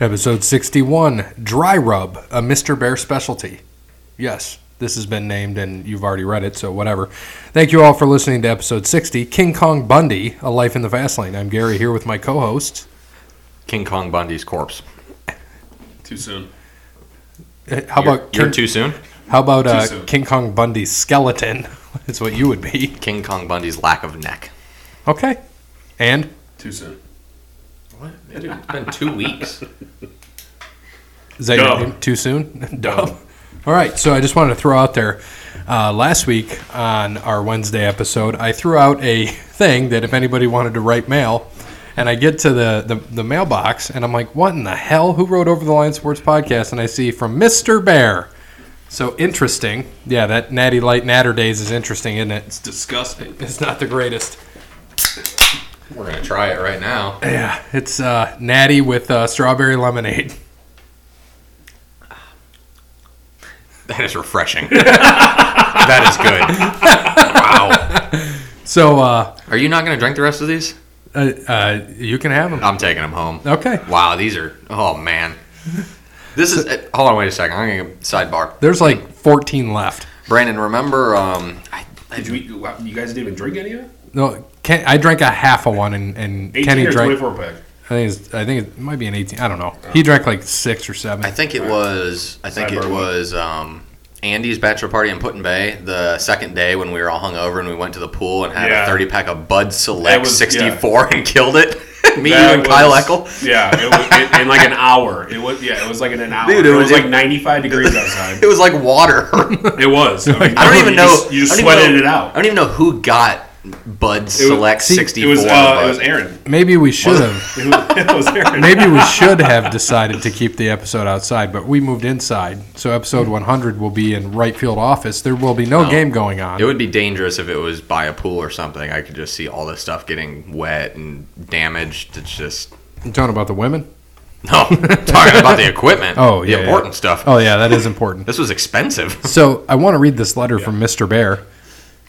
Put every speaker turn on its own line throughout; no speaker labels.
Episode 61 Dry Rub, a Mr. Bear specialty. Yes, this has been named and you've already read it, so whatever. Thank you all for listening to episode 60 King Kong Bundy, A Life in the Fast Lane. I'm Gary here with my co hosts.
King Kong Bundy's corpse.
Too soon.
Uh, How
You're-
about
you're
King,
too soon?
how about uh,
soon.
King Kong Bundy's skeleton? That's what you would be.
King Kong Bundy's lack of neck.
Okay. And
Too soon.
It's been two weeks.
Is that your
Dumb.
name? too soon? Dumb. All right. So I just wanted to throw out there. Uh, last week on our Wednesday episode, I threw out a thing that if anybody wanted to write mail, and I get to the, the, the mailbox and I'm like, what in the hell? Who wrote over the Lion Sports podcast? And I see from Mr. Bear. So interesting. Yeah, that Natty Light Natter Days is interesting, isn't it?
It's disgusting.
It's not the greatest.
We're gonna try it right now.
Yeah, it's uh, Natty with uh, strawberry lemonade.
That is refreshing. that is good. Wow.
So uh,
Are you not gonna drink the rest of these?
uh, uh, you can have them.
I'm taking them home.
Okay.
Wow, these are. Oh man. This is. eh, Hold on, wait a second. I'm gonna sidebar.
There's like 14 left.
Brandon, remember? Um, I,
Did you eat? wow, You guys didn't even drink any of it.
No, Ken, I drank a half of one, and, and
Eighteen
Kenny
or
drank.
twenty-four pack.
I think, it's, I think it might be an 18. I don't know. He drank like six or seven.
I think it was. I think it
Sidebar.
was. Um, Andy's bachelor party in Put in Bay the second day when we were all hungover and we went to the pool and had
Yeah.
a 30 pack of Bud Select
was-
64 and killed it. Me, you,
That
and Kyle
was-
Eckel.
Yeah, it was, it, in like an hour. It was yeah, it was like in an hour.
Dude,
it,
it
was,
was-
like ninety-five degrees outside.
It was like water.
It was. I, mean,
I don't
you
even know.
just- you just
I don't even
sweated
know-
it
I
out.
don't even know who got Bud Select
see, it
64.
It was. Uh,
but-
it was Aaron.
Maybe we should have.
It was, it was Aaron.
Maybe we should have decided to keep the episode outside, but we moved inside. So episode 100 will be in right field office. There will be Hmm. no, game going on.
It would be dangerous if it was by a pool or something. I could just see all this stuff getting wet and damaged. It's just
You talking about the women?
no. Talking about the equipment.
Oh,
the
yeah, yeah.
important stuff.
Oh, yeah, that is important.
This was expensive.
So I want to read this letter from Mr. Bear.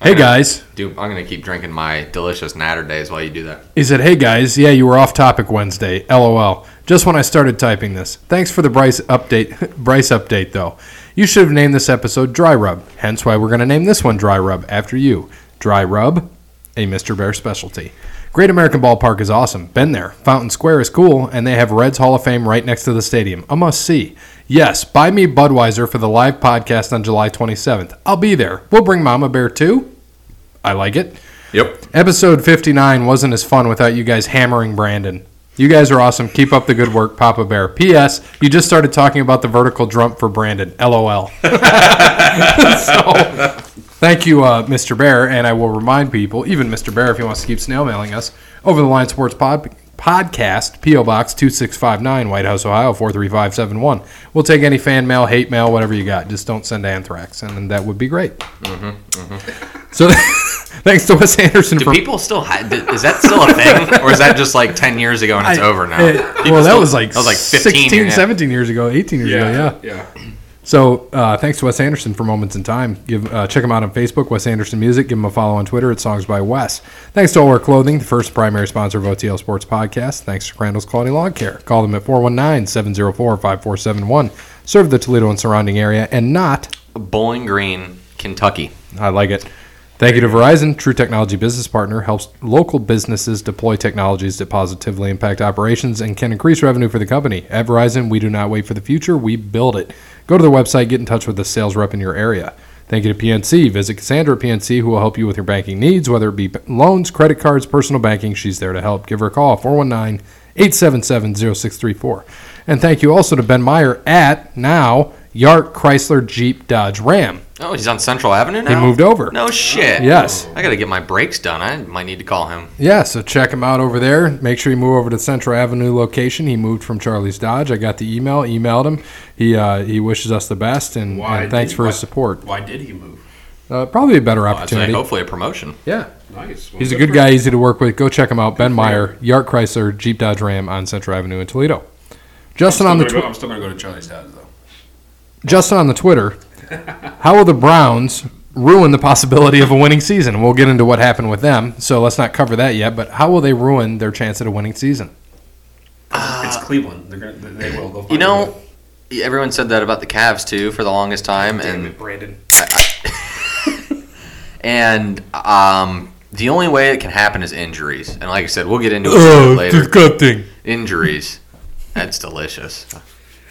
Hey,
Okay.
guys.
Dude, I'm gonna keep drinking my delicious natter days while you do that.
He said, Hey guys, yeah, you were off topic Wednesday. LOL. Just when I started typing this. Thanks for the Bryce update. Bryce update, though. You should have named this episode Dry Rub, hence why we're going to name this one Dry Rub after you. Dry Rub, a Mr. Bear specialty. Great American Ballpark is awesome. Been there. Fountain Square is cool, and they have Reds Hall of Fame right next to the stadium. A must see. Yes, buy me Budweiser for the live podcast on July 27th. I'll be there. We'll bring Mama Bear too. I like it.
Yep.
Episode 59 wasn't as fun without you guys hammering Brandon. You guys are awesome. Keep up the good work, Papa Bear. P.S. You just started talking about the vertical jump for Brandon. LOL. so, thank you, uh, Mr. Bear. And I will remind people, even Mr. Bear, if he wants to keep snail mailing us, over the Line Sports Pod. Podcast, P.O. Box 2659, White House, Ohio 43571. We'll take any fan mail, hate mail, whatever you got. Just don't send anthrax, and that would be great. So, thanks to Wes Anderson
Do
for
people still have? Is that still a thing, or is that just like ten years ago and it's over now?
Eh,
People
well, that
still-
was like,
that was like 15,
16,
yeah.
17 years ago, 18 years ago, yeah.
yeah.
So uh, thanks to Wes Anderson for Moments in Time. Give uh, Check him out on Facebook, Wes Anderson Music. Give him a follow on Twitter at Songs by Wes. Thanks to Our Clothing, the first primary sponsor of OTL Sports Podcast. Thanks to Crandall's Quality Lawn Care. Call them at 419-704-5471. Serve the Toledo and surrounding area and not
Bowling Green, Kentucky.
I like it. Thank you to Verizon, true technology business partner, helps local businesses deploy technologies that positively impact operations and can increase revenue for the company. At Verizon, we do not wait for the future, we build it. Go to their website, get in touch with the sales rep in your area. Thank you to PNC. Visit Cassandra at PNC, who will help you with your banking needs, whether it be loans, credit cards, personal banking. She's there to help. Give her a call, 419 877 0634. And thank you also to Ben Meyer at now Yart Chrysler Jeep Dodge Ram.
Oh, he's on Central Avenue
He
now.
moved over.
No shit.
Yes.
I gotta get my brakes done. I might need to call him.
Yeah, so check him out over there. Make sure you move over to Central Avenue location. He moved from Charlie's Dodge. I got the email, emailed him. He uh, he wishes us the best and,
Why
and thanks
did-
for his
why-
support.
Why did he move?
Uh, probably a better
I'd say
opportunity.
hopefully a promotion.
yeah,
Nice. Well,
he's a
for
good guy, easy to work with. Go check him out. Ben Meyer, Yart Chrysler, Jeep Dodge Ram on Central Avenue in Toledo. Justin
I'm
on the
still
tw-
gonna go- I'm still gonna go to Charlie's dad though.
Justin on the Twitter. How will the Browns ruin the possibility of a winning season? We'll get into what happened with them, so let's not cover that yet. But how will they ruin their chance at a winning season?
it's Cleveland. They're gonna, they they will. They'll
Uh, You
find a way.
know, everyone said that about the Cavs too for the longest time,
Damn
and
it, Brandon.
and um, the only way it can happen is injuries. And like I said, we'll get into it
Oh,
later.
disgusting.
Injuries. That's delicious.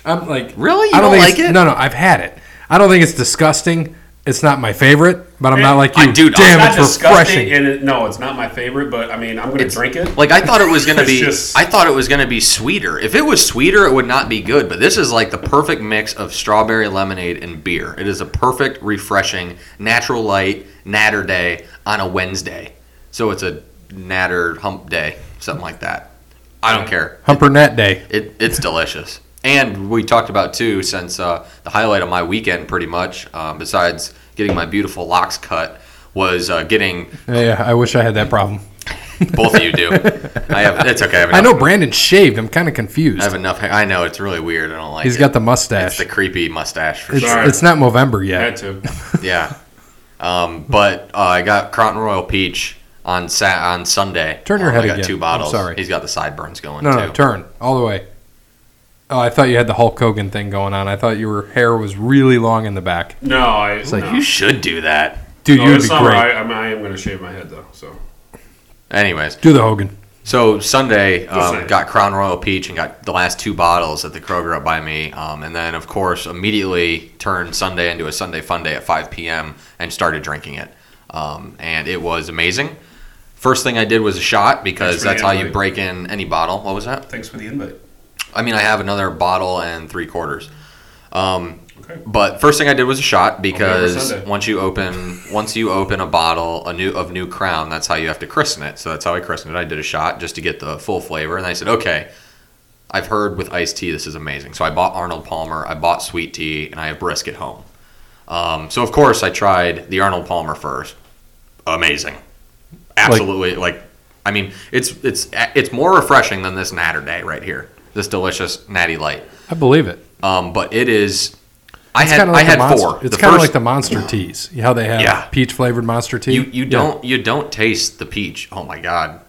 I'm like,
Really? You
I don't,
don't
think
like
it's-
it?
No, no, I've had it. I don't think it's disgusting. It's not my favorite, but I'm not like
I-
you.
dude,
Damn,
Not
it's
disgusting,
refreshing.
And it, no, it's not my favorite, but I mean, I'm gonna drink it.
Like I thought it was gonna
It's
be.
just-
I thought it was gonna be sweeter. If it was sweeter, it would not be good. But this is like the perfect mix of strawberry lemonade and beer. It is a perfect, refreshing, natural light natter day on a Wednesday. So it's a natter hump day, something like that. I don't care.
Humpernat Day.
It, it's delicious. And we talked about too, since uh, the highlight of my weekend, pretty much, um, besides getting my beautiful locks cut, was uh, getting
Yeah, I wish I had that problem.
both of you do. I have. It's okay. I, have
I
enough-
know Brandon shaved. I'm kind of
I
confused.
have enough. hair- I know it's really weird. I don't like.
He's
it.
got the
It's
mustache.
the
It's,
creepy mustache for
it's,
sure.
not
Sorry.
Movember
I had
yet.
to.
Yeah. Um, but uh, I got Crown Royal Peach on sa- on Sunday.
Turn your
Um,
head
I got
again.
two bottles.
I'm sorry.
He's got the sideburns going
No,
too.
no, turn all the way. Oh, I thought you had the Hulk Hogan thing going on. I thought your hair was really long in the back,
No, I.
like,
no.
you should do that.
dude.
No,
you would
this
be
summer,
great.
I, I'm, I am gonna shave my head though. So
Anyways,
Do the Hogan.
So Sunday, um,
Sunday.
got Crown Royal Peach and got the last two bottles at the Kroger up by me, um, and then of course immediately turned Sunday into a Sunday Fun Day at 5 p.m. and started drinking it, um, and it was amazing. First thing I did was a shot because
Thanks for the
that's how you
invite.
break in any bottle. What was that?
thanks for the invite.
I mean, I have another bottle and three quarters. Um,
Okay.
but first thing I did was a shot
Okay,
because
Sunday.
once you open once you open a bottle a new of new crown, that's how you have to christen it. So that's how I christened it. I did a shot just to get the full flavor, and I said, okay. I've heard with iced tea, this is amazing. So I bought Arnold Palmer, I bought sweet tea, and I have brisk at home. Um, so of course I tried the Arnold Palmer first. Amazing, absolutely. Like, I mean, it's it's it's more refreshing than this Natter Day right here. This delicious Natty Light.
I believe it.
Um, but it is. I
It's
had
kind of like
I had
the monster,
four.
It's
The
kind of
first-
like the monster teas. How they have
Yeah.
peach flavored monster tea.
you you
Yeah.
don't you don't taste the peach. Oh my god,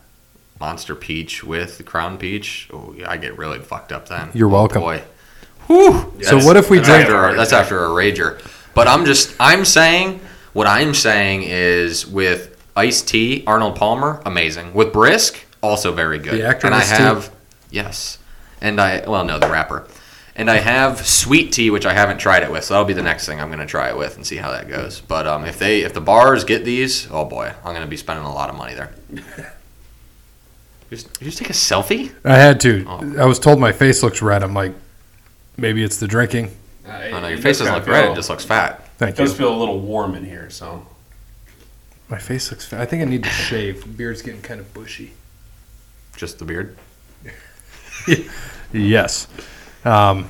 monster peach with crown peach. Oh, yeah, I get really fucked up then.
You're
Oh,
welcome.
Boy. Whew.
So what if we
that's
drink-
After a, that's after a rager. But I'm just I'm saying what I'm saying is with iced tea, Arnold Palmer, amazing. With brisk, also very good.
The actor
and I
Ice-T?
have yes, and I well no the rapper. And I have sweet tea, which I haven't tried it with, so that'll be the next thing I'm gonna try it with and see how that goes. But um, if they if the bars get these, oh boy, I'm gonna be spending a lot of money there. Just, just take a selfie.
I had to.
Oh.
I was told my face looks red. I'm like, maybe it's the drinking.
I,
Oh no,
it
your
does
face doesn't
kinda
look red;
feel-
it just looks fat.
Thank
it does
you.
feel a little warm in here. So
My face looks. Fat. I think I need to shave. The beard's getting kind of bushy.
Just the beard.
Yes. Um,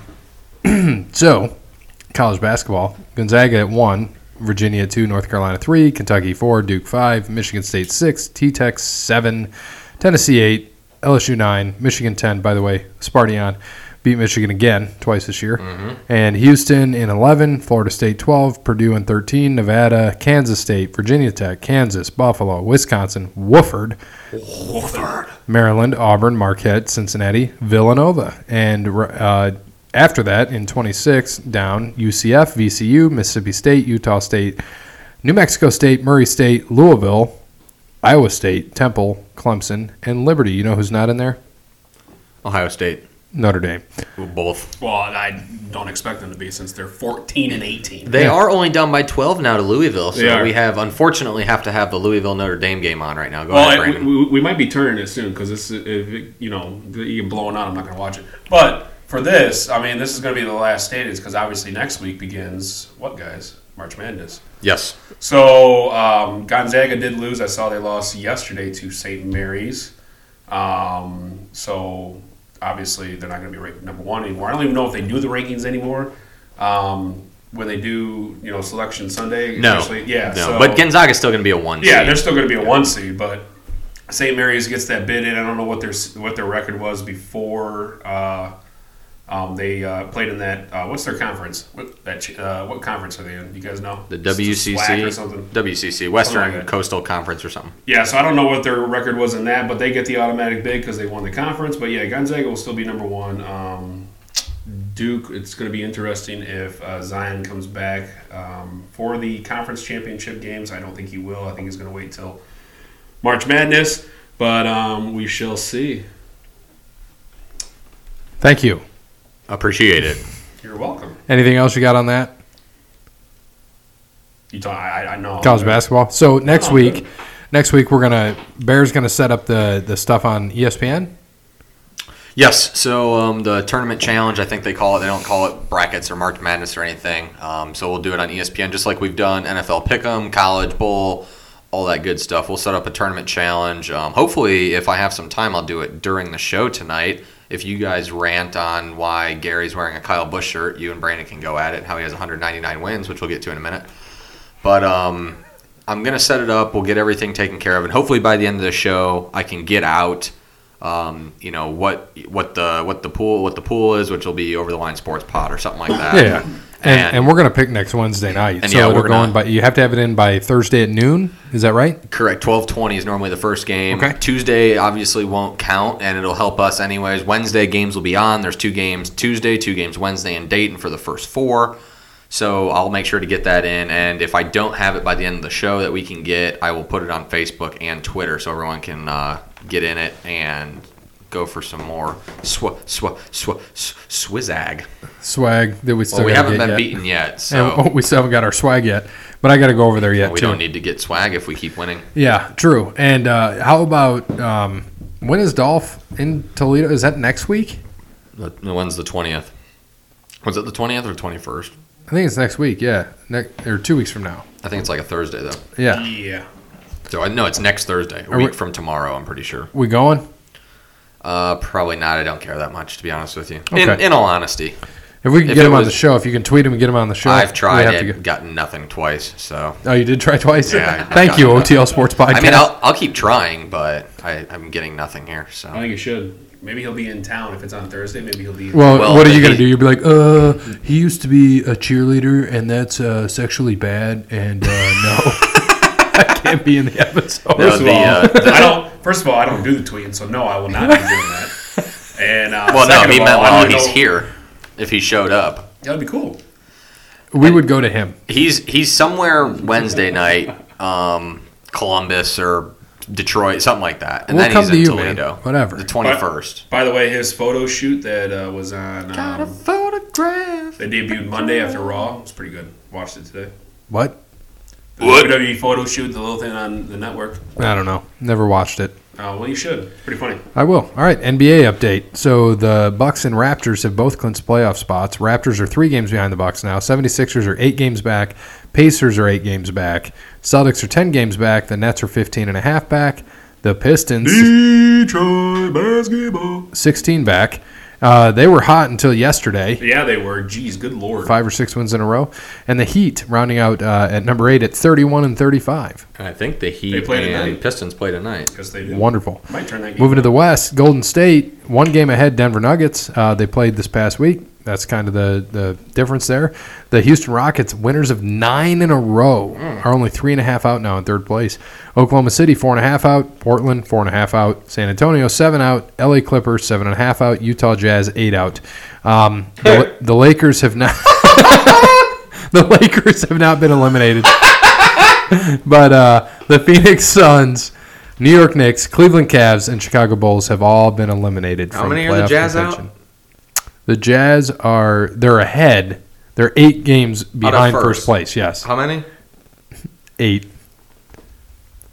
so, college basketball: Gonzaga at one, Virginia at two, North Carolina three, Kentucky four, Duke five, Michigan State six, T Tech seven, Tennessee eight, LSU nine, Michigan ten. By the way, Spartian beat Michigan again twice this year, and Houston in eleven, Florida State twelve, Purdue in thirteen, Nevada, Kansas State, Virginia Tech, Kansas, Buffalo, Wisconsin, Wofford. Maryland, Auburn, Marquette, Cincinnati, Villanova, and uh, after that in 26 down UCF, VCU, Mississippi State, Utah State, New Mexico State, Murray State, Louisville, Iowa State, Temple, Clemson, and Liberty. You know who's not in there?
Ohio State.
Notre Dame.
Both.
well, I don't expect them to be since they're 14 and 18.
They
Yeah.
are only down by 12 now to Louisville,
They
so
are.
we have unfortunately have to have the Louisville Notre Dame game on right now. Go
Well,
ahead,
I, we,
Brandon.
we- we might be turning it soon because this, is- if it, you know, you get blown out, I'm not going to watch it. But for this, I mean, this is going to be the last standings because obviously next week begins what, guys? March Madness.
yes.
So um, Gonzaga did lose. I saw they lost yesterday to St. Mary's. Um, so obviously they're not going to be ranked number one anymore. I don't even know if they do the rankings anymore. Um, when they do, you know, selection Sunday.
No.
usually- yeah.
No.
so-
but Gonzaga's still going to be a one.
yeah,
seed.
they're still going to be a one seed, but St. Mary's gets that bid in. I don't know what their what their record was before uh, Um, they uh, played in that. Uh, what's their conference? What that? ch- Uh, what conference are they in? You guys know?
The
It's just SWAC or something.
WCC, WCC Western
Something like that.
Coastal Conference or something.
Yeah, so I don't know what their record was in that, but they get the automatic bid because they won the conference. But yeah, Gonzaga will still be number one. Um, Duke, it's going to be interesting if uh, Zion comes back um, for the conference championship games. I don't think he will. I think he's going to wait till March Madness, but um, we shall see.
Thank you.
Appreciate it.
You're welcome.
Anything else you got on that?
You talk. I, I know
college basketball. So next
Oh,
week,
good.
next week we're gonna Bears gonna set up the the stuff on E ESPN.
Yes, so um, the tournament challenge, I think they call it. They don't call it brackets or March Madness or anything. Um, so we'll do it on ESPN, just like we've done NFL Pick'em, College Bowl, all that good stuff. We'll set up a tournament challenge. Um, hopefully, if I have some time, I'll do it during the show tonight. If you guys rant on why Gary's wearing a Kyle Busch shirt, you and Brandon can go at it. and How he has 199 wins, which we'll get to in a minute. But um, I'm gonna set it up. We'll get everything taken care of, and hopefully by the end of the show, I can get out. Um, you know what what the what the pool what the pool is, which will be over the line sports pod or something like that.
Yeah. And, and,
Um, And-
we're gonna pick next Wednesday night.
And
so
yeah,
we're
we're
going
gonna-
by you have to have it in by Thursday at noon. Is that right?
Correct. Twelve twenty is normally the first game.
Okay.
Tuesday obviously won't count, and it'll help us anyways. Wednesday games will be on. There's two games Tuesday, two games Wednesday, and Dayton for the first four. So I'll make sure to get that in, and if I don't have it by the end of the show that we can get, I will put it on Facebook and Twitter so everyone can uh, get in it and go for some more sw sw sw, sw swizzag.
Swag that we still
Well, we
gotta
haven't
get yet.
been beaten yet,
And
so
oh, we still haven't got our swag yet, but I got to go over there yet
we
too.
don't need to get swag if we keep winning.
yeah, true. And uh, how about um, when is Dolph in Toledo? Is that next week?
The, when's the twentieth? Was it the twentieth or twenty first?
I think it's next week. Yeah, ne- or two weeks from now.
I think it's like a Thursday though.
Yeah,
Yeah.
So I know it's next Thursday, a
we-
week from tomorrow. I'm pretty sure.
we going?
Uh, probably not. I don't care that much, to be honest with you. In,
Okay.
in all honesty,
If we can
If
get
it
him on
was-
the show, if you can tweet him and get him on the show,
I've tried
we have to
it,
go-
gotten nothing twice. So
Oh, you did try twice.
Yeah, I-
Thank you, OTL Sports Podcast.
I mean, I'll, I'll keep trying, but I, I'm getting nothing here. So
I think you should. Maybe he'll be in town if it's on Thursday. Maybe he'll be.
well,
well,
what are you
he-
gonna do? You'll be like, uh, he used to be a cheerleader, and that's uh, sexually bad, and uh, no, I can't be in the episode.
No,
First of
the,
all,
uh,
I don't. First of all, I don't do the tweeting, so no, I will not be doing that. And uh,
well, no,
second
he
of
meant
all, I
while
don't
he's
know-
here, if he showed up.
That'd be cool.
we would go to him.
He's he's somewhere Wednesday night, um, Columbus or Detroit, something like that, and
We'll
then
come
he's
to
in
you, man.
Toledo,
Whatever.
the twenty first.
By the way, his photo shoot that uh, was on um,
photograph.
they debuted Monday after Raw. It was pretty good. Watched it today.
What?
The
What?
WWE photo shoot, the little thing on the network.
I don't know. Never watched it.
Uh, well, you should. Pretty funny.
I will. All right, NBA update. So the Bucks and Raptors have both clinched playoff spots. Raptors are 3 games behind the Bucks now. 76ers are 8 games back. Pacers are 8 games back. Celtics are 10 games back. The Nets are 15 and a half back. The Pistons
Detroit basketball.
16 back. Uh, they were hot until yesterday.
Yeah, they were. Jeez, good lord.
Five or six wins in a row, and the Heat rounding out uh, at number eight at 31 and 35.
I think the Heat
They play
and
tonight.
Pistons play tonight.
Because they did.
Wonderful.
Might turn that game.
Moving to the West, Golden State, one game ahead, Denver Nuggets. Uh, they played this past week. That's kind of the, the difference there. The Houston Rockets, winners of nine in a row, are only three and a half out now in third place. Oklahoma City, four and a half out. Portland, four and a half out. San Antonio, seven out. LA Clippers, seven and a half out. Utah Jazz, eight out. Um, the, the Lakers have not. the Lakers have not been eliminated. But uh, the Phoenix Suns, New York Knicks, Cleveland Cavs, and Chicago Bulls have all been eliminated.
How many are the
playoff
Jazz out?
The Jazz are they're ahead. They're eight games behind first.
first.
place. Yes,
How many?
eight.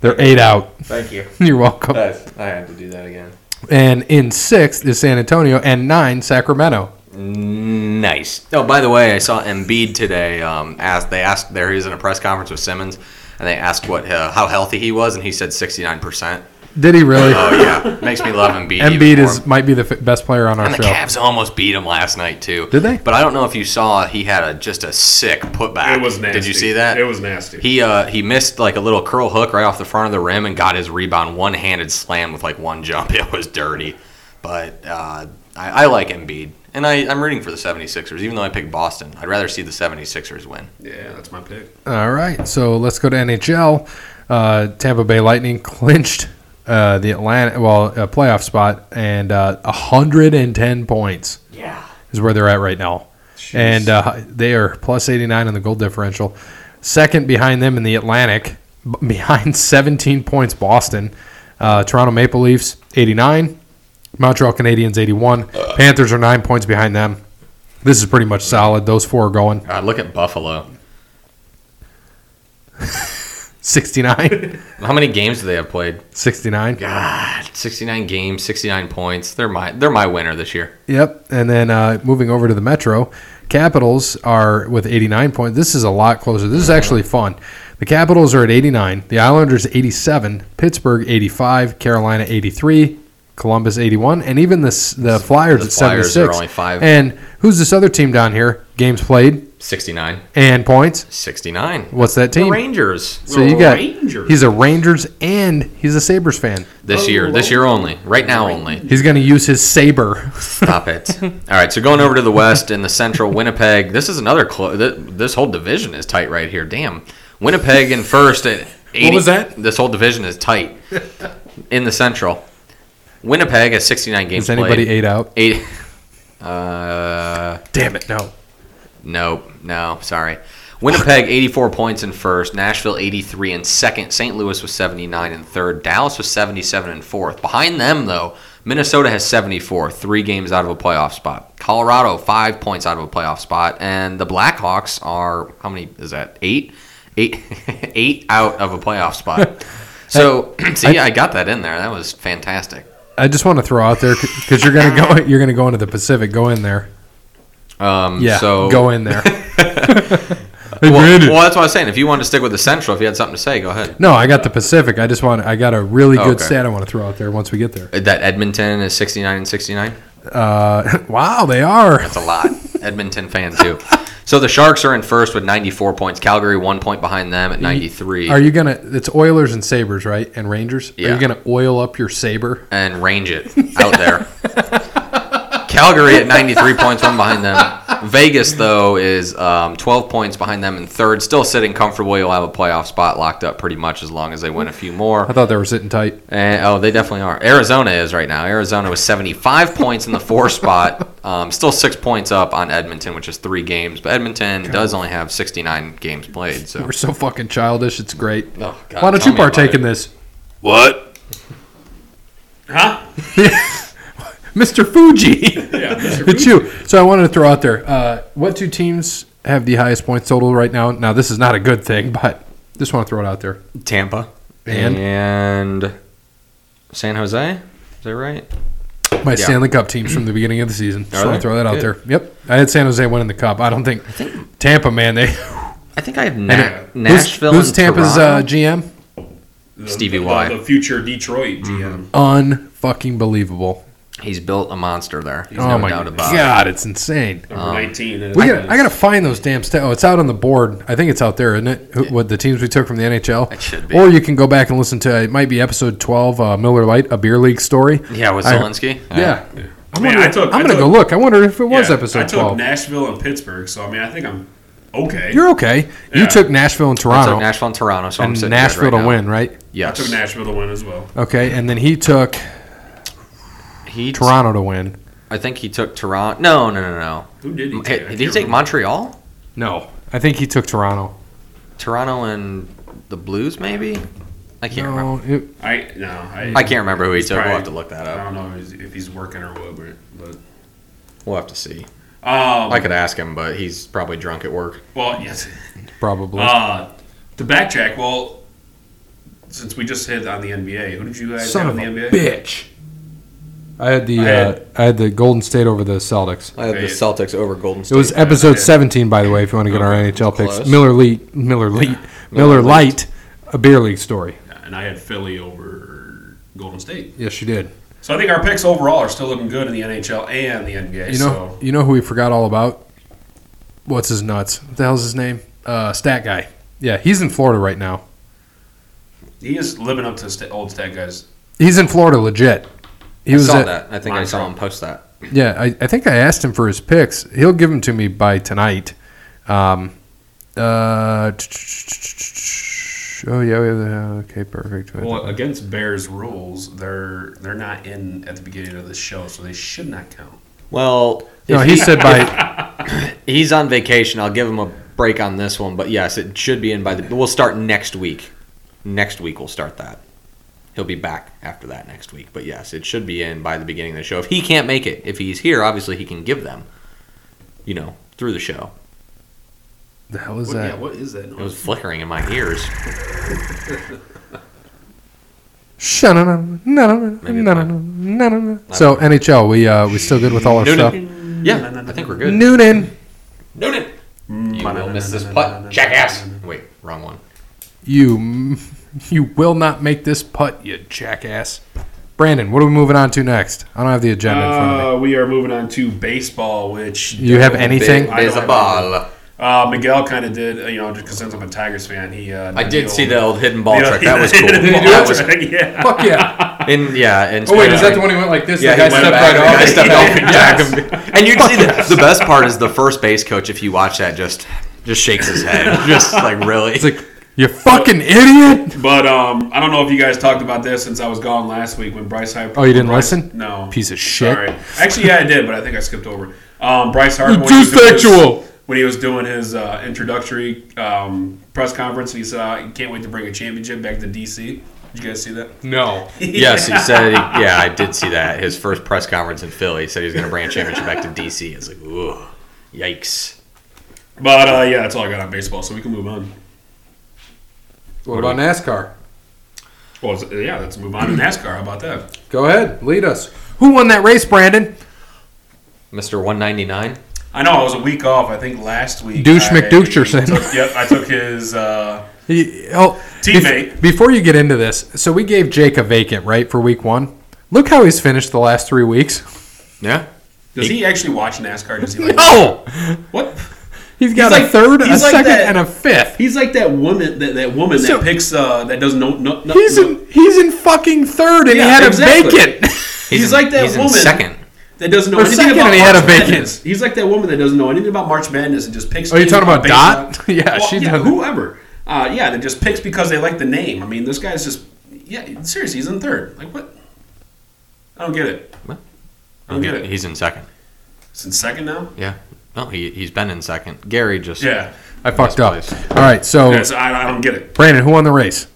They're eight out.
Thank you.
You're welcome.
I had to do that again.
And in sixth is San Antonio, and nine Sacramento.
Nice. Oh, by the way, I saw Embiid today. Um, asked they asked there he was in a press conference with Simmons, and they asked what uh, how healthy he was, and he said sixty nine percent.
Did he really?
Oh yeah, makes me love Embiid. even
Embiid
more.
is might be the f- best player on our
And the
show.
Cavs almost beat him last night too.
Did they?
But I don't know if you saw. He had a just a sick putback.
It was nasty.
Did you see that?
It was nasty.
He uh, he missed like a little curl hook right off the front of the rim and got his rebound one handed slam with like one jump. It was dirty, but uh, I, I like Embiid. And I, I'm rooting for the 76ers, even though I picked Boston. I'd rather see the 76ers win.
Yeah, that's my pick.
All right, so let's go to NHL. Uh, Tampa Bay Lightning clinched uh, the Atlanta well a playoff spot, and uh, 110 points
Yeah.
is where they're at right now, and uh, they are plus 89 in the goal differential. Second behind them in the Atlantic, b- behind 17 points Boston, uh, Toronto Maple Leafs 89, Montreal Canadiens 81, Panthers are nine points behind them. This is pretty much solid. Those four are going
God, Uh, look at Buffalo.
69,
How many games do they have played?
69.
God, 69 games, 69 points. They're my they're my winner this year.
Yep. And then uh, moving over to the Metro, Capitals are with 89 points. This is a lot closer. This is actually fun. The Capitals are at 89, the Islanders 87, Pittsburgh 85, Carolina 83, Columbus 81, and even the s- the Flyers
The
at
Flyers
76.
are only five.
And who's this other team down here? Games played
69.
and points.
69.
What's that
The
team?
Rangers
So you got
Rangers.
he's a Rangers and he's a Sabres fan.
this year. This year only. Right now only.
He's going to use his saber.
Stop it. All right, so going over to the West and the Central Winnipeg. This is another close. This whole division is tight right here. Damn. Winnipeg in first at 80.
was that?
This whole division is tight in the Central. Winnipeg has 69 games
Is anybody
played.
eight out?
Eight. Uh,
Damn it, no.
Nope. No, sorry. Winnipeg 84 points in first, Nashville 83 in second, St. Louis was 79 in third, Dallas was 77 in fourth. Behind them, though, Minnesota has 74, three games out of a playoff spot. Colorado, five points out of a playoff spot, and the Blackhawks are how many is that? Eight, eight, eight out of a playoff spot. So, see, I got that in there. That was fantastic.
I just want to throw out there because you're gonna go. You're gonna go into the Pacific. Go in there.
Um,
Yeah.
so
go in there.
Well, well, that's what I was saying. If you want to stick with the Central, if you had something to say, go ahead.
no, I got the Pacific. I just want. I got a really
Oh,
good
okay.
stat I want to throw out there once we get there.
That Edmonton is 69 and 69.
Uh, wow, they are.
That's a lot. Edmonton fan too. So the Sharks are in first with 94 points. Calgary one point behind them at 93.
Are you gonna? It's Oilers and Sabers, right? And Rangers. Are
Yeah.
you gonna oil up your saber?
and range it out there. Calgary at 93 points, one behind them. Vegas though is um, 12 points behind them in third, still sitting comfortably. You'll have a playoff spot locked up pretty much as long as they win a few more.
I thought they were sitting tight.
And, oh, they definitely are. Arizona is right now. Arizona was 75 points in the four spot, um, still six points up on Edmonton, which is three games. But Edmonton does only have 69 games played. So
We're so fucking childish. It's great.
Oh, God,
Why don't
tell
you
me about
partake
it.
in this,
What?
Huh?
Mister Fuji?
Yeah. Mr.
it's you. So I wanted to throw out there. Uh, what two teams have the highest points total right now? Now this is not a good thing, but just want to throw it out there.
Tampa
And?
and, San Jose. Is that right?
My
Yeah.
Stanley Cup teams from the beginning of the season. Just
Are
want to
they?
throw that out
Good.
there. Yep, I had San Jose winning the cup. I don't think Tampa, man. They
I think I have Na-
and it-
Nashville.
Who's, who's
and
Tampa's uh,
Toronto.
GM?
The-
Stevie
the-
Y. Mm-hmm.
The, future Detroit GM.
Unfucking believable.
He's built a monster there. There's
uh, Oh
no
my
doubt about it.
god, it's insane.
Number
Uh-huh.
19. and
We
it's-
got. I gotta find those damn stats. Oh, it's out on the board. I think it's out there, isn't it? Who, What the teams we took from the NHL?
It should be.
Or you can go back and listen to. It might be episode twelve. Uh, Miller Lite, a beer league story.
Yeah, with
I-
Zelensky.
Yeah. I
Man, I took-
am
I
gonna
took-
go look. I wonder if it was
Yeah, I
episode
took
twelve.
Nashville and Pittsburgh, so I mean, I think I'm okay.
You're okay. You
Yeah.
took Nashville and
I
Toronto.
took Nashville and Toronto, so I'm
and
sitting good
Nashville
right
to
now.
win, right?
I took
Yes,
Nashville to win as well.
Okay, and then he took
he.
Toronto to win.
I think he took Toronto. No, no, no, no.
Who did he
Hey,
take?
did
I can't
he take
remember.
Montreal?
No, I think he took Toronto.
Toronto and the Blues, maybe. I can't remember.
No, it,
I no. I,
I can't remember who he took. We'll
probably-
have to look that
I
up.
don't know if he's, if he's working or what, but.
We'll have to see.
but um,
I could ask him, but he's probably drunk at work.
well, yes.
probably.
Uh, to backtrack, well, since we just hit on the NBA, who did you guys
Son
have
of
in
a
the NBA?
bitch. I had the
I had-
uh, I had the Golden State over the Celtics.
I had
the
Celtics over Golden
It was
State,
episode
yeah.
17, by the way. If you want to get our NHL picks,
Close.
Miller Lite, Miller Lite, Miller Lite, a beer league story.
And I had Philly over Golden State.
Yes, you did.
So I think our picks overall are still looking good in the NHL and the NBA.
You know, you know who we forgot all about? What's his nuts? What the hell's his name? Uh, stat guy. Yeah, he's in Florida right now.
so he is living up to sta old stat guys.
He's in Florida, legit. He
I saw
at-
that. I think I saw him post that.
Yeah, I, I think I asked him for his picks. He'll give them to me by tonight. Um, uh, oh yeah, we have the okay, perfect.
Well, against Bears rules, they're they're not in at the beginning of the show, so they should not count.
Well,
No,
if
he said by
he's on vacation. I'll give him a break on this one, but yes, it should be in by the. We'll start next week. Next week we'll start that. He'll be back after that next week, but yes, it should be in by the beginning of the show. If he can't make it, if he's here, obviously he can give them. You know, through the show.
the hell is
What, yeah,
that?
what is that
It was
noise?
flickering in my ears.
Shunna-na, na-na-na,
Maybe it's
na-na-na, na-na-na. So NHL, we uh, we still good with all our stuff.
Yeah, I think we're good.
Noonan,
Noonan, you will miss this putt, jackass. Wait, wrong one.
you m- you will not make this putt, you jackass. Brandon, what are we moving on to next? I don't have the agenda in front of me.
Uh, we are moving on to baseball, which
You have anything?
I
There's
don't
a
have
ball.
uh, Miguel kind of did, uh, you know, just because since I'm a Tigers fan, he. Uh,
I did
the
see
old-
the old hidden ball
Yeah,
trick. That was cool.
the old
That
ball
was
trick, yeah.
Fuck yeah!
in yeah. In
Oh wait, is that the one who went like this?
Yeah,
the guy
he went
stepped
back,
right off.
the guy
it? Yeah.
stepped off and jacked him. And you'd see the, the best part is the first base coach. If you watch that, just just shakes his head, just like really.
It's like you fucking idiot.
But um, I don't know if you guys talked about this since I was gone last week when Bryce Harper.
Oh, you didn't
Bryce-
listen?
No.
Piece of shit.
Sorry. Actually, yeah, I did, but I think I skipped over. Um, Bryce Harper.
You're
when he was
too
doing his-
sexual.
When he was doing his uh, introductory um, press conference, he said, "I can't wait to bring a championship back to DC." Did you guys see that?
No.
yes, he said. He, yeah, I did see that. His first press conference in Philly he said he was going to bring a championship back to DC. It's like, ooh, yikes.
But uh, yeah, that's all I got on baseball, so we can move on.
What about NASCAR?
Well, it's- yeah, let's move on to NASCAR. How about that?
Go ahead, lead us. Who won that race, Brandon?
Mister 199.
I know I was a week off. I think last week.
Douche
I
McDoucherson.
took- Yep, I took his. Uh,
He- oh,
Teammate.
bef- before you get into this, so we gave Jake a vacant right for week one. Look how he's finished the last three weeks. Oh!
Yeah.
does he actually watch NASCAR? Does he like?
No,
What?
he's got
He's
a
like-
third, a
he's like
second,
that-
and a fifth.
He's like that woman that, that woman
So-
that picks uh, that does no no. no
He's
no-
in he's in fucking third, and he
Yeah,
had
exactly.
a vacant.
He's, like that
he's in
woman
second.
that doesn't know
Or
anything
second
about
and he
March
had a vacant.
Madness. He's like that woman that doesn't know anything about March Madness and just picks.
Oh, you're talking
names
about
based
Dot?
on-
Yeah,
well,
she
yeah,
does.
whoever. Uh, yeah, that just picks because they like the name. I mean, this guy's just yeah. Seriously, he's in third. Like what? I don't get it.
What?
I don't get it.
He's in second.
He's in second now.
Yeah. No, he he's been in second. Gary just
Yeah.
I fucked up.
Yes,
All right, so
Yes, I, I don't get it.
Brandon, who won the race?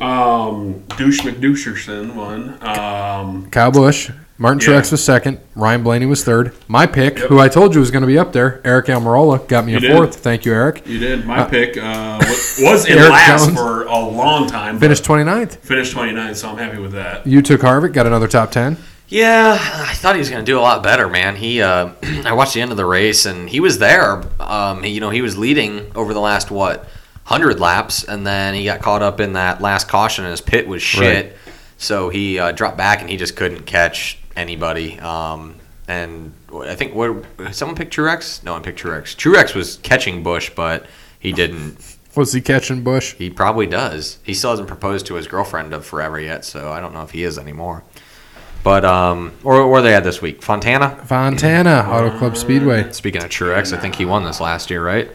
Um, douche McDoucherson won. Um,
Kyle Busch. Martin
Yeah.
Truex was second. Ryan Blaney was third. My pick, who I told you was going to be up there, Eric Almirola, got me a
did.
fourth. Thank you, Eric.
you did my pick. Uh, was was in
Eric
last
Jones.
for a long time. but
Finished 29th.
finished 29, so I'm happy with that.
You took Harvick, got another top 10.
Yeah, I thought he was going to do a lot better, man. He, uh, I watched the end of the race, and he was there. Um, he- you know, he was leading over the last what hundred laps, and then he got caught up in that last caution, and his pit was shit. So he uh, dropped back, and he just couldn't catch anybody. Um, and I think what someone picked Truex. No one picked Truex. Truex was catching Bush, but he didn't.
Was he catching Bush?
He probably does. He still hasn't proposed to his girlfriend of forever yet, so I don't know if he is anymore. But um, or were they had this week? Fontana.
Fontana, Auto Club Speedway.
Speaking of Truex, I think he won this last year, right?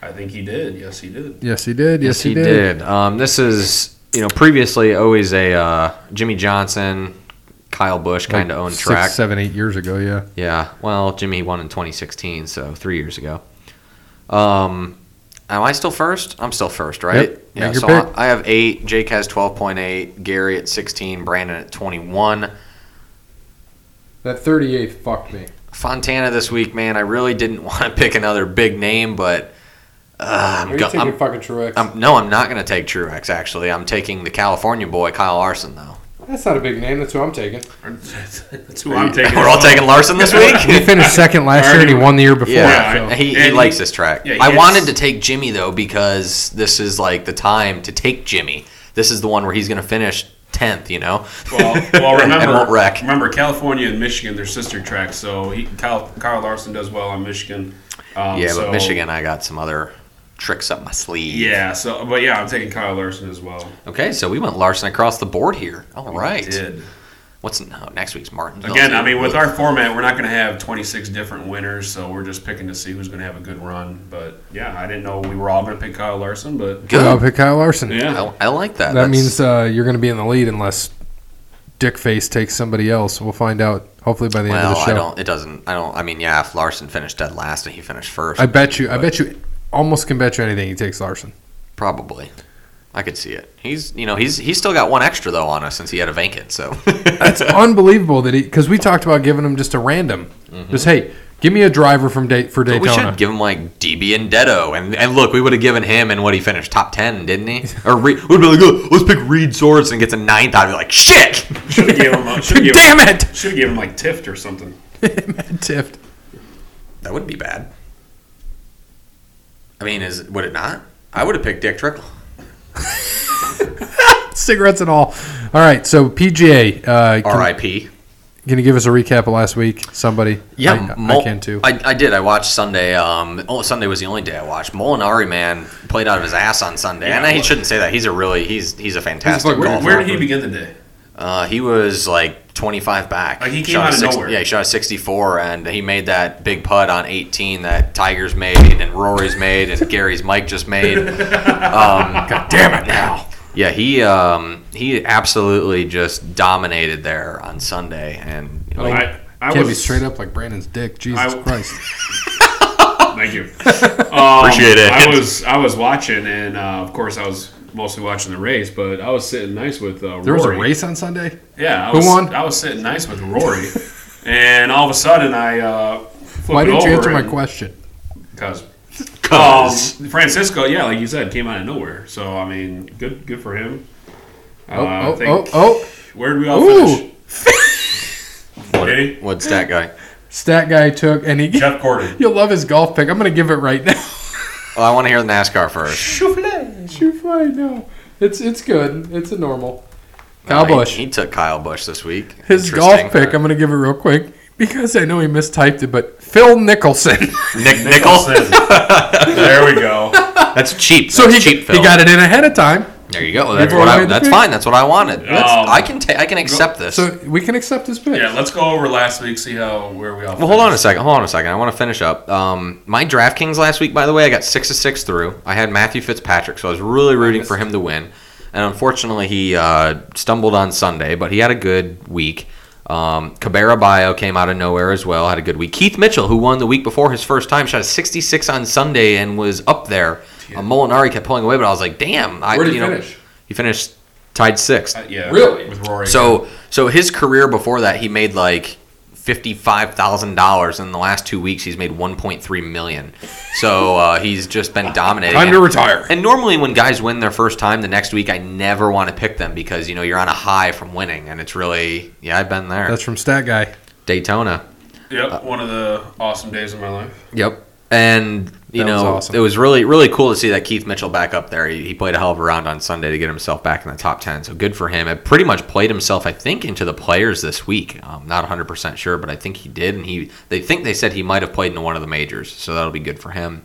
I think he did. Yes, he did.
Yes, he did. Yes, he, did.
Um, this is you know previously always a uh, Jimmy Johnson, Kyle Bush kind of owned
Six,
track.
seven, eight years ago, yeah.
Yeah. Well, Jimmy won in 2016, so three years ago. Um, am I still first? I'm still first, right?
Yep.
Yeah.
Make your
So
pick.
I, I have eight. Jake has 12.8. Gary at 16. Brandon at 21.
That 38th fucked me.
Fontana this week, man. I really didn't want to pick another big name, but uh, I'm, go- I'm,
fucking Truex?
I'm no, I'm not going to take Truex. Actually, I'm taking the California boy, Kyle Larson, though.
That's not a big name. That's who I'm taking.
That's who I'm taking.
We're all taking Larson this week.
He finished second last year and he won the year before.
Yeah,
so-
he,
And
he
he-
likes this track.
yeah, he
I
is.
wanted to take Jimmy though because this is like the time to take Jimmy. This is the one where he's going to finish tenth. You know,
Well, well
And won't
remember,
wreck.
remember California and Michigan, they're sister tracks. So he, Kyle, Kyle Larson does well on Michigan. Um,
yeah,
so-
but Michigan, I got some other tricks up my sleeve.
Yeah, so but yeah, I'm taking Kyle Larson as well.
Okay, so we went Larson across the board here. All right.
He did.
What's no, next week's Martinsville?
Again, I
dude.
mean, with our format, we're not going to have 26 different winners, so we're just picking to see who's going to have a good run. But yeah, I didn't know we were all going to pick Kyle Larson, but
Good.
good.
pick Kyle Larson.
yeah,
I, I like that.
That
That's-
means uh, you're going to be in the lead unless Dickface takes somebody else. We'll find out hopefully by the end
well,
of the show.
I don't. It doesn't. I don't. I mean, yeah. If Larson finished dead last and he finished first,
I bet you. I bet you. Almost can bet you anything he takes Larson.
probably. I could see it. He's, you know, he's he's still got one extra though on us since he had a vacant. So
That's unbelievable that he because we talked about giving him just a random. Just hey, give me a driver from date for
Mm-hmm. But we
Daytona.
should give him like DB and Detto, and and look, we would have given him and what he finished top ten, didn't he? Or Reed, we'd be like, oh, let's pick Reed Swords and gets a ninth. I'd be like, shit,
should have gave him. a- Should've gave him-
Damn it!
Should have given him like Tift or something.
Tiffed.
that wouldn't be bad. I mean, is would it not? I would have picked Dick Trickle.
Cigarettes and all. All right, so PGA. Uh, can,
R.I.P.
can you give us a recap of last week? Somebody. I,
Mol-
I can too.
I, I did. I watched Sunday. Um, oh, Sunday was the only day I watched. Molinari man played out of his ass on Sunday, and I
well-
shouldn't say that. He's a really he's he's a fantastic
fucking-
Where,
golfer.
where did he begin the day?
Uh, he was like 25 back.
Like, he came
Shot
out
a
of
six-
nowhere.
Yeah, he shot a 64, and he made that big putt on 18 that Tiger's made, and Rory's made, and Gary's Mike just made. Um, God damn it now. Yeah, he um, he absolutely just dominated there on Sunday, and you know,
Like,
Oh, I, I
Can't
was
be straight up like Brandon's dick. Jesus
I-
Christ.
Thank you. Um,
Appreciate it.
I was I was watching, and uh, of course I was mostly watching the race, but I was sitting nice with uh,
There was a
Rory.
race on Sunday.
Yeah, I
Who
was,
won?
I was sitting nice with Rory, and all of a sudden I uh, flip
Why
it
didn't you
over
answer my
and-
question?
Because um,
'cause-
Francisco, yeah, like you said, came out of nowhere. So I mean, good good for him. Uh,
Oh, oh,
I
oh,
think-
oh!
Where did we all
Ooh.
finish? Did he?
what's that guy?
Stat guy took and he.
Jeff Gordon.
You'll love his golf pick. I'm gonna give it right now.
Well, I want to hear the NASCAR first.
Shoe fly? No, it's it's good. It's a normal. Kyle
Uh, he-
Busch.
He, took Kyle Bush this week.
His
Interesting.
golf pick. um, I'm gonna give it real quick because I know he mistyped it. But Phil Nicholson.
Nick Nicholson.
there we go.
That's cheap.
so he
That's cheap,
he
Phil.
got it in ahead of time.
There you go. Well, that's
Before
what
I
I,
made the
that's
pick.
fine. That's what I wanted. That's,
Um,
I can ta- I can accept this.
So we can accept his pick.
Yeah, let's go over last week. See how where we all.
well, hold on a second. Hold on a second. I want to finish up. Um, my DraftKings last week, by the way, I got six to six through. I had Matthew Fitzpatrick, so I was really rooting for him to win. And unfortunately, he uh, stumbled on Sunday, but he had a good week. Um, Cabrera Bio came out of nowhere as well, had a good week. Keith Mitchell, who won the week before his first time, shot a 66 on Sunday and was up there. Uh, Molinari kept pulling away, but I was like, damn. I,
Where did he
you know,
finish?
He finished tied sixth.
Uh, yeah,
Really?
with Rory.
So so his career before that, he made like fifty five thousand dollars. In the last two weeks, he's made one point three million. So uh, he's just been dominating.
Time to
And-
retire.
And normally, when guys win their first time, the next week I never want to pick them because you know you're on a high from winning, and it's really yeah I've been there.
That's from Stat Guy.
Daytona.
yep,
uh,
one of the awesome days of my life.
Yep. And you
That was
know
awesome.
it was really really cool to see that Keith Mitchell back up there. He, he played a hell of a round on Sunday to get himself back in the top ten. So good for him. It pretty much played himself, I think, into the players this week. I'm not 100 percent sure, but I think he did. And he they think they said he might have played into one of the majors, so that'll be good for him.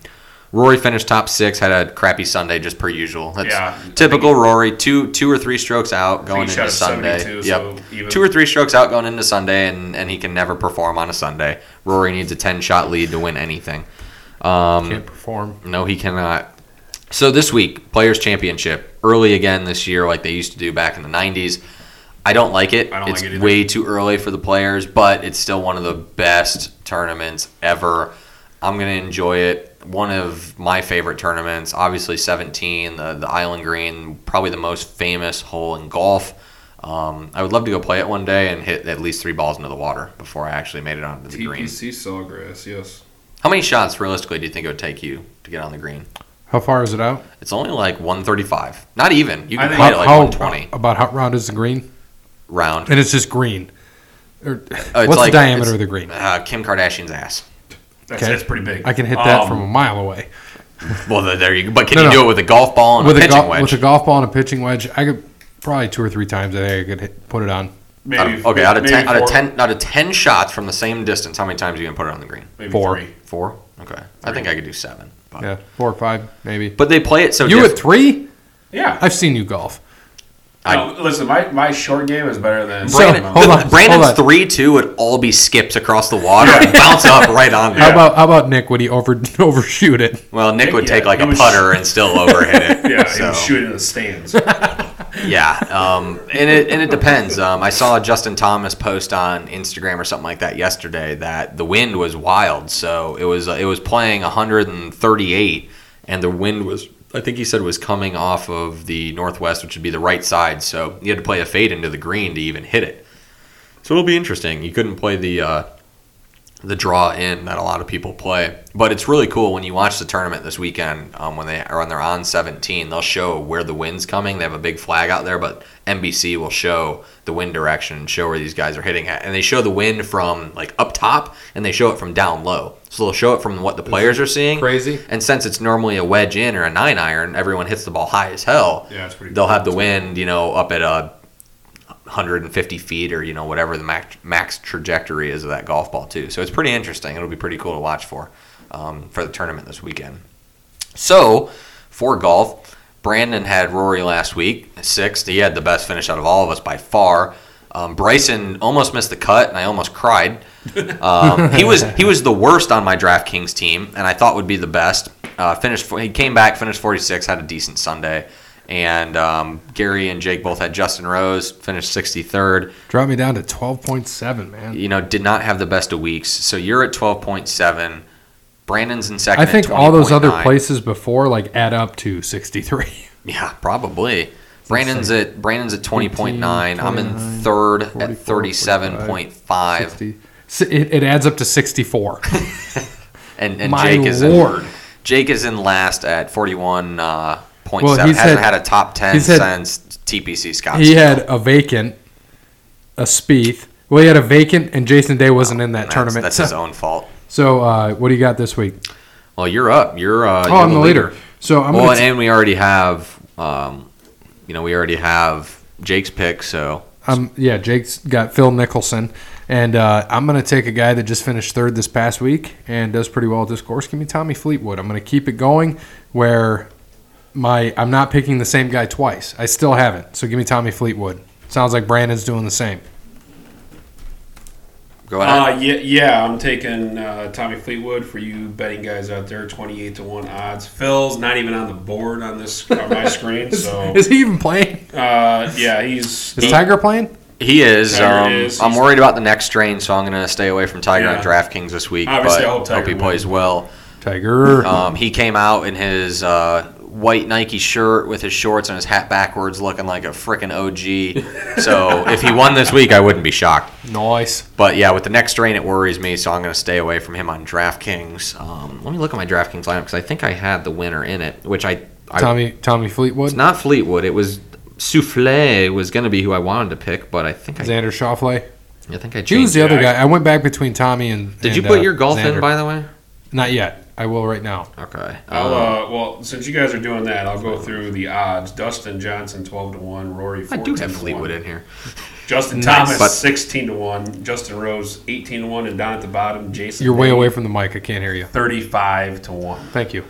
Rory finished top six, had a crappy Sunday just per usual. That's
Yeah.
typical Rory. Two two or three strokes out going
shot
into
a
Sunday.
72, so
Yep.
even-
two or three strokes out going into Sunday, and, and he can never perform on a Sunday. Rory needs a 10 shot lead to win anything. Um,
Can't perform.
No, he cannot. So this week, Players Championship, early again this year, like they used to do back in the '90s. I don't like it.
I don't
it's
like it either.
way too early for the players, but it's still one of the best tournaments ever. I'm gonna enjoy it. One of my favorite tournaments, obviously 17, the the Island Green, probably the most famous hole in golf. Um, I would love to go play it one day and hit at least three balls into the water before I actually made it onto the green.
TPC Sawgrass. Yes.
How many shots realistically do you think it would take you to get on the green?
How far is it out?
It's only like 135. Not even. You
I
can
think-
play it at like
how
120
about how round is the green?
round.
And it's just green. Or,
Uh, it's
what's
like-
the diameter
it's-
of the green?
Uh, Kim Kardashian's ass.
That's,
Okay.
that's pretty big.
I can hit that
Um,
from a mile away.
Well, th- there you go. But can
No,
you
no.
do it with a golf ball and
With
a
a,
pitching
gol-
wedge?
with a golf ball and a pitching wedge, I could probably two or three times I think I could hit, put it on.
Out
maybe
of- okay, out of
maybe
ten, out of
four-
ten, out of ten shots from the same distance, how many times are you gonna put it on the green?
maybe
four.
three.
Four. Okay, I think I could do seven. But,
Yeah, four or five maybe.
but they play it so.
you
diff-
at three?
Yeah.
I've seen you golf.
I-
No, listen, my, my short game is better than
So-
Brandon,
hold on,
Brandon's
hold on.
three two would all be skips across the water and bounce up right on
How
there.
about how about Nick? Would he over overshoot it?
Well, Nick would
Yeah,
take like
he
a
was-
putter and still overhit it.
Yeah, he
so,
was shooting in the stands.
yeah. Um, and it and it depends. Um, I saw a Justin Thomas post on Instagram or something like that yesterday that the wind was wild. So it was uh, it was playing 138, and the wind was I think he said was coming off of the northwest, which would be the right side. So you had to play a fade into the green to even hit it. So it'll be interesting. You couldn't play the uh, the draw in that a lot of people play, but it's really cool when you watch the tournament this weekend. Um, when they are on their on 17, they'll show where the wind's coming. They have a big flag out there, but NBC will show the wind direction and show where these guys are hitting at, and they show the wind from like up top and they show it from down low. So they'll show it from what the players are seeing.
crazy?
And since it's normally a wedge in or a nine iron, everyone hits the ball high as hell.
Yeah, it's pretty
They'll have the wind, you know, up at uh, 150 feet or you know whatever the max max trajectory is of that golf ball too. So it's pretty interesting. It'll be pretty cool to watch for um, for the tournament this weekend. So for golf, Brandon had Rory last week sixth. He had the best finish out of all of us by far. Um, Bryson almost missed the cut, and I almost cried. Um, he was he was the worst on my DraftKings team, and I thought would be the best. Uh, finished he came back, finished 46, had a decent Sunday, and um, Gary and Jake both had Justin Rose finished 63rd
Drop me down to twelve point seven, man.
you know, did not have the best of weeks. So you're at 12.7. Brandon's in second.
I
at
think all those other
20.9.
places before like add up to sixty three.
Yeah, probably. Brandon's at Brandon's at 20.9. I'm
29,
in third
44,
at 37.5.
60. S- It, it adds up to 64.
And, and
My
Jake is
lord.
in Jake is in last at 41. Uh, Point
Well,
seven
he's
hasn't
had-
had, a top ten
he's had-
since TPC Scott.
he had a vacant, a Spieth. Well, he had a vacant, and Jason Day wasn't in that
that's,
tournament.
That's
so,
his own fault.
so, uh, what do you got this week?
Well, you're up. You're uh,
Oh,
you're
I'm the leader. So I'm
well,
gonna
and,
t-
and we already have, um, you know, we already have Jake's pick. So
I'm yeah. Jake's got Phil Nicholson, and uh, I'm gonna take a guy that just finished third this past week and does pretty well at this course. Give me Tommy Fleetwood. I'm gonna keep it going where my I'm not picking the same guy twice. I still haven't. So give me Tommy Fleetwood. Sounds like Brandon's doing the same.
Go ahead.
Uh, yeah, yeah, I'm taking uh, Tommy Fleetwood for you betting guys out there. 28 to one odds. Phil's not even on the board on this on my screen. So
Is he even playing?
uh, yeah, he's
Is Tiger playing?
he is.
Tiger
Um,
is.
I'm
He's-
worried about the next strain, so I'm going to stay away from Tiger
Yeah.
on DraftKings this week.
Obviously,
but
I hope Tiger
he
wins.
plays well.
Tiger.
Um, he came out in his uh, white Nike shirt with his shorts and his hat backwards, looking like a freaking OG. so if he won this week, I wouldn't be shocked.
nice.
But yeah, with the next strain, it worries me, so I'm going to stay away from him on DraftKings. Um, let me look at my DraftKings lineup because I think I had the winner in it, which I, I
Tommy Tommy Fleetwood.
It's not Fleetwood. It was Souffle was going to be who I wanted to pick, but I think I,
Xander Schauffele.
I think I
He was
changed.
the other
I-
guy. I went back between Tommy and.
Did you
and,
put
uh,
your golf
Xander.
in, by the way?
Not yet. I will right now.
Okay. Um,
I'll, uh, well, since you guys are doing that, I'll go through the odds. Dustin Johnson, twelve to one. Rory,
I
14
do have
to
Fleetwood
one.
in here.
Justin
Nice.
Thomas,
But-
sixteen to one. Justin Rose, eighteen to one, and down at the bottom, Jason.
You're way
Day,
away from the mic. I can't hear you.
Thirty-five to one.
Thank you.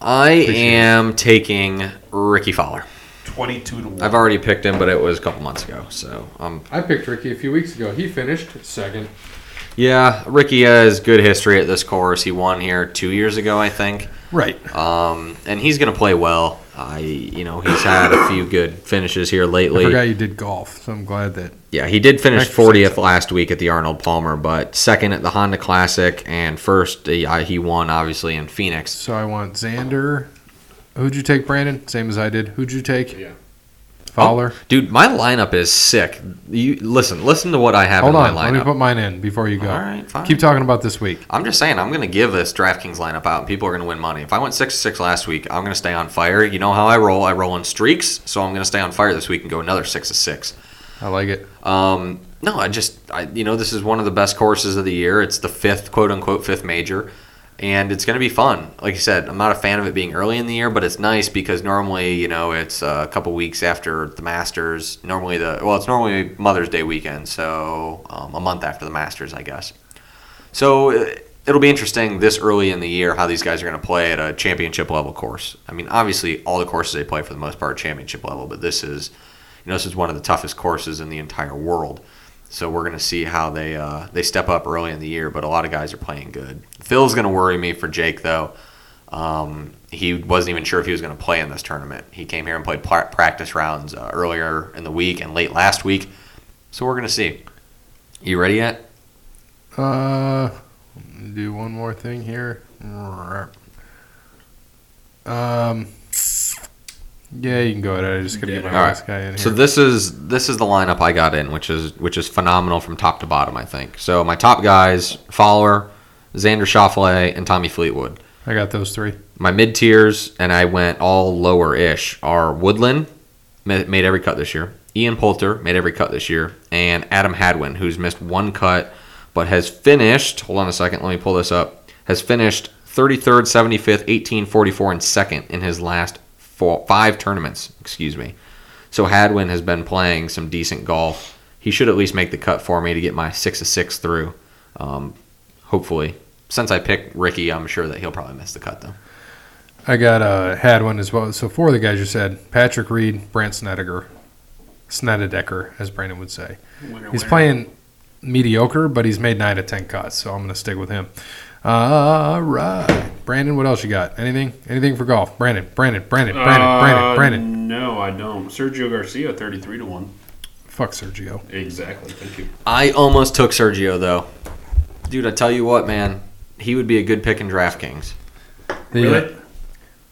I am taking Ricky Fowler.
Twenty-two to one.
I've already picked him, but it was a couple months ago. So um,
I picked Ricky a few weeks ago. He finished second.
yeah, Ricky has good history at this course. He won here two years ago, I think.
Right.
Um, and he's going to play well. I, you know, he's had a few good finishes here
I
lately.
forgot you did golf, so I'm glad that.
Yeah, he did finish
Thanks for saying
40th last week at the Arnold Palmer, but second at the Honda Classic and first he, I- he won obviously in Phoenix.
So I want Xander. Who'd you take, Brandon? Same as I did. Who'd you take?
Yeah.
Fowler.
Dude, my lineup is sick. You listen, listen to what I have
Hold
in
on.
Oh, my
Let me
lineup.
put mine in before you go.
All right, fine.
Keep talking about this week.
I'm just saying, I'm going to give this DraftKings lineup out, and people are going to win money. If I went six to six last week, I'm going to stay on fire. You know how I roll? I roll in streaks, so I'm going to stay on fire this week and go another six to six.
I like it.
Um, no, I just, I, you know, this is one of the best courses of the year. It's the fifth, quote unquote, fifth major, and it's going to be fun. Like I said, I'm not a fan of it being early in the year, but it's nice because normally, you know, it's uh, a couple weeks after the Masters. Normally, the well, it's normally Mother's Day weekend, so um, a month after the Masters, I guess. So uh, it'll be interesting this early in the year how these guys are going to play at a championship level course. I mean, obviously, all the courses they play for the most part are championship level, but this is You know, this is one of the toughest courses in the entire world. So we're going to see how they uh, they step up early in the year, but a lot of guys are playing good. Phil's going to worry me for Jake though. Um, he wasn't even sure if he was going to play in this tournament. He came here and played pla- practice rounds uh, earlier in the week and late last week. So we're going to see. You ready yet?
Uh, let me do one more thing here. Um, yeah, you can go ahead. I just gotta get my
All right.
last guy in here.
So this is this is the lineup I got in, which is which is phenomenal from top to bottom. I think. So my top guys: Fowler, Xander Schauffele, and Tommy Fleetwood.
I got those three.
My mid tiers, and I went all lower ish, are Woodland, ma- made every cut this year. Ian Poulter made every cut this year, and Adam Hadwin, who's missed one cut but has finished. Hold on a second, let me pull this up. Has finished 33rd, 75th, 18, 44, and second in his last four, five tournaments. Excuse me. So Hadwin has been playing some decent golf. He should at least make the cut for me to get my six of six through. Um, hopefully, since I picked Ricky, I'm sure that he'll probably miss the cut though.
I got uh, Hadwin as well. So four of the guys you said: Patrick Reed, Brant Snedeker, Snedeker, as Brandon would say.
Winner,
He's
winner.
playing mediocre, but he's made nine of ten cuts, so I'm gonna stick with him. All right, Brandon. What else you got? Anything? Anything for golf? Brandon. Brandon. Brandon. Brandon.
Uh,
Brandon. Brandon.
No, I don't. Sergio Garcia, thirty-three to one.
Fuck Sergio.
Exactly. Thank you.
I almost took Sergio though. Dude, I tell you what, man, he would be a good pick in DraftKings.
The- uh,
Really?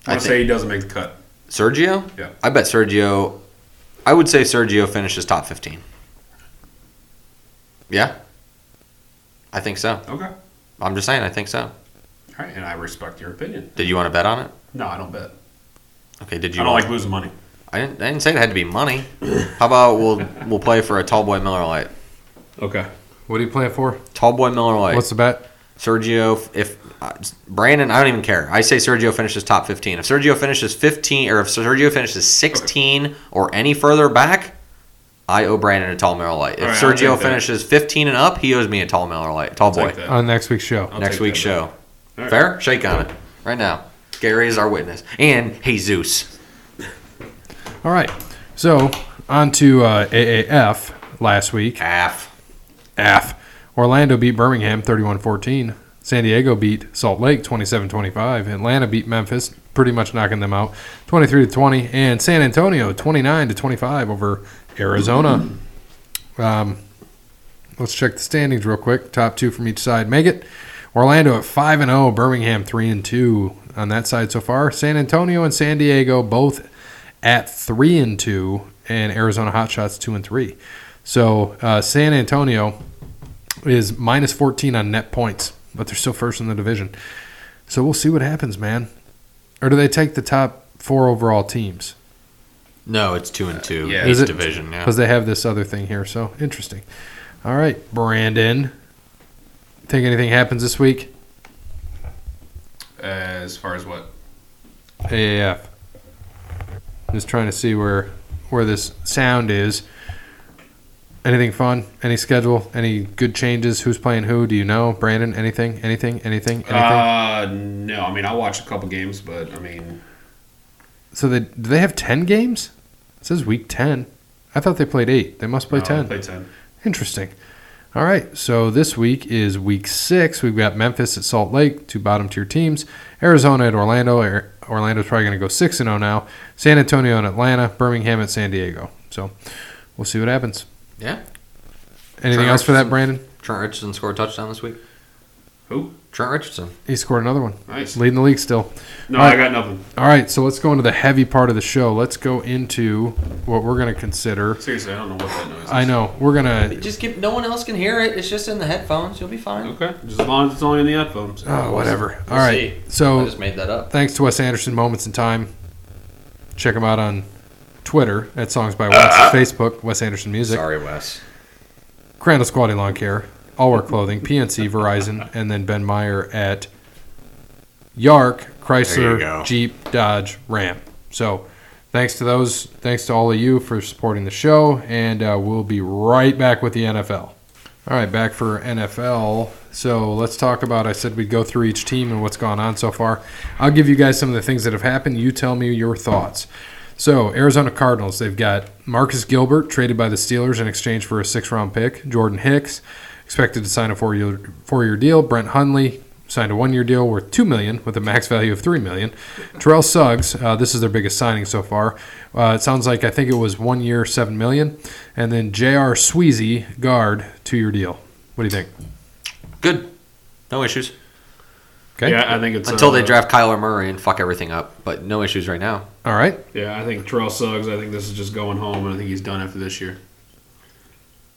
I
I
would say he doesn't make the cut.
Sergio?
Yeah.
I bet Sergio. I would say Sergio finishes top fifteen. Yeah. I think so.
Okay. All
I'm just saying, I think so.
right, and I respect your opinion.
Did you want to bet on it?
No, I don't bet.
Okay. Did
I
you?
don't like losing money.
I didn't. I didn't say it had to be money. How about we'll we'll play for a Tallboy Miller Lite.
Okay.
What are you playing for?
Tallboy Miller Lite.
What's the bet?
Sergio, if uh, Brandon, I don't even care. I say Sergio finishes top 15. If Sergio finishes 15, or if Sergio finishes 16 or any further back, I owe Brandon a tall Miller Light. If
All right, I'll
Sergio
take that.
finishes 15 and up, he owes me a tall Miller Light. Tall boy.
Take that.
On next week's show.
I'll
Next
take
week's
that,
show.
All right.
Fair? Shake on it right now. Gary is our witness. And Jesus.
All right. So on to uh, AAF last week.
Calf.
AF. Orlando beat Birmingham 31-14. San Diego beat Salt Lake 27-25. Atlanta beat Memphis, pretty much knocking them out 23-20. And San Antonio 29-25 over Arizona. Um, let's check the standings real quick. Top two from each side make it. Orlando at 5 and 0, Birmingham 3 and 2 on that side so far. San Antonio and San Diego both at 3 and 2 and Arizona Hotshots 2 and 3. So, uh, San Antonio is minus 14 on net points, but they're still first in the division. So, we'll see what happens, man. Or do they take the top 4 overall teams?
No, it's 2 and 2.
Uh, yeah.
East
Is it-
division, yeah.
because they have this other thing here. So interesting. All right, Brandon. Think anything happens this week?
As far as what?
AAF. Just trying to see where where this sound is. Anything fun? Any schedule? Any good changes? Who's playing who? Do you know? Brandon? Anything? Anything? Anything? Anything?
Uh, no. I mean, I watched a couple games, but I mean,
so they do they have ten games? It says week ten. I thought they played eight. They must play
no, I
ten.
Play ten.
Interesting. All right. So this week is week six. We've got Memphis at Salt Lake, two bottom tier teams. Arizona at Orlando. Ar- Orlando's probably going to go six and zero now. San Antonio and Atlanta. Birmingham at San Diego. So we'll see what happens.
Yeah.
Anything
Sure.
else for that, Brandon?
Trent Richardson scored a touchdown this week.
Who?
Trent Richardson.
He scored another one,
Nice.
leading the league still.
No,
All right.
I got nothing.
All right. So let's go into the heavy part of the show. Let's go into what we're going to consider.
Seriously, I don't know what that noise is.
I know we're gonna.
Just give, no one else can hear it. It's just in the headphones. You'll be fine.
Okay. Just as long as it's only in the headphones.
Oh, whatever.
We'll
All right.
see.
So
I just made that up.
thanks to Wes Anderson, Moments in Time. Check him out on Twitter at Songs by Wes,
Uh-huh.
Facebook, Wes Anderson Music,
Sorry, Wes.
Crandall Squatty Lawn Care, All Work Clothing, PNC, Verizon, and then Ben Meyer at Yark,
There you go.
Chrysler, Jeep, Dodge, Ram. So thanks to those, thanks to all of you for supporting the show, and uh, we'll be right back with the NFL. All right, back for NFL. So let's talk about. I said we'd go through each team and what's gone on so far. I'll give you guys some of the things that have happened. You tell me your thoughts. So, Arizona Cardinals, they've got Marcus Gilbert traded by the Steelers in exchange for a six round pick, Jordan Hicks expected to sign a four year four year deal, Brent Hundley signed a one year deal worth two million with a max value of three million. Terrell Suggs, uh, this is their biggest signing so far. Uh, it sounds like I think it was one year seven million, and then J.R. Sweezy guard two year deal. What do you think?
Good. No issues.
Okay.
Yeah, I think it's
Until they
uh,
draft Kyler Murray and fuck everything up, but no issues right now.
All right.
Yeah, I think Terrell Suggs. I think this is just going home, and I think he's done after this year.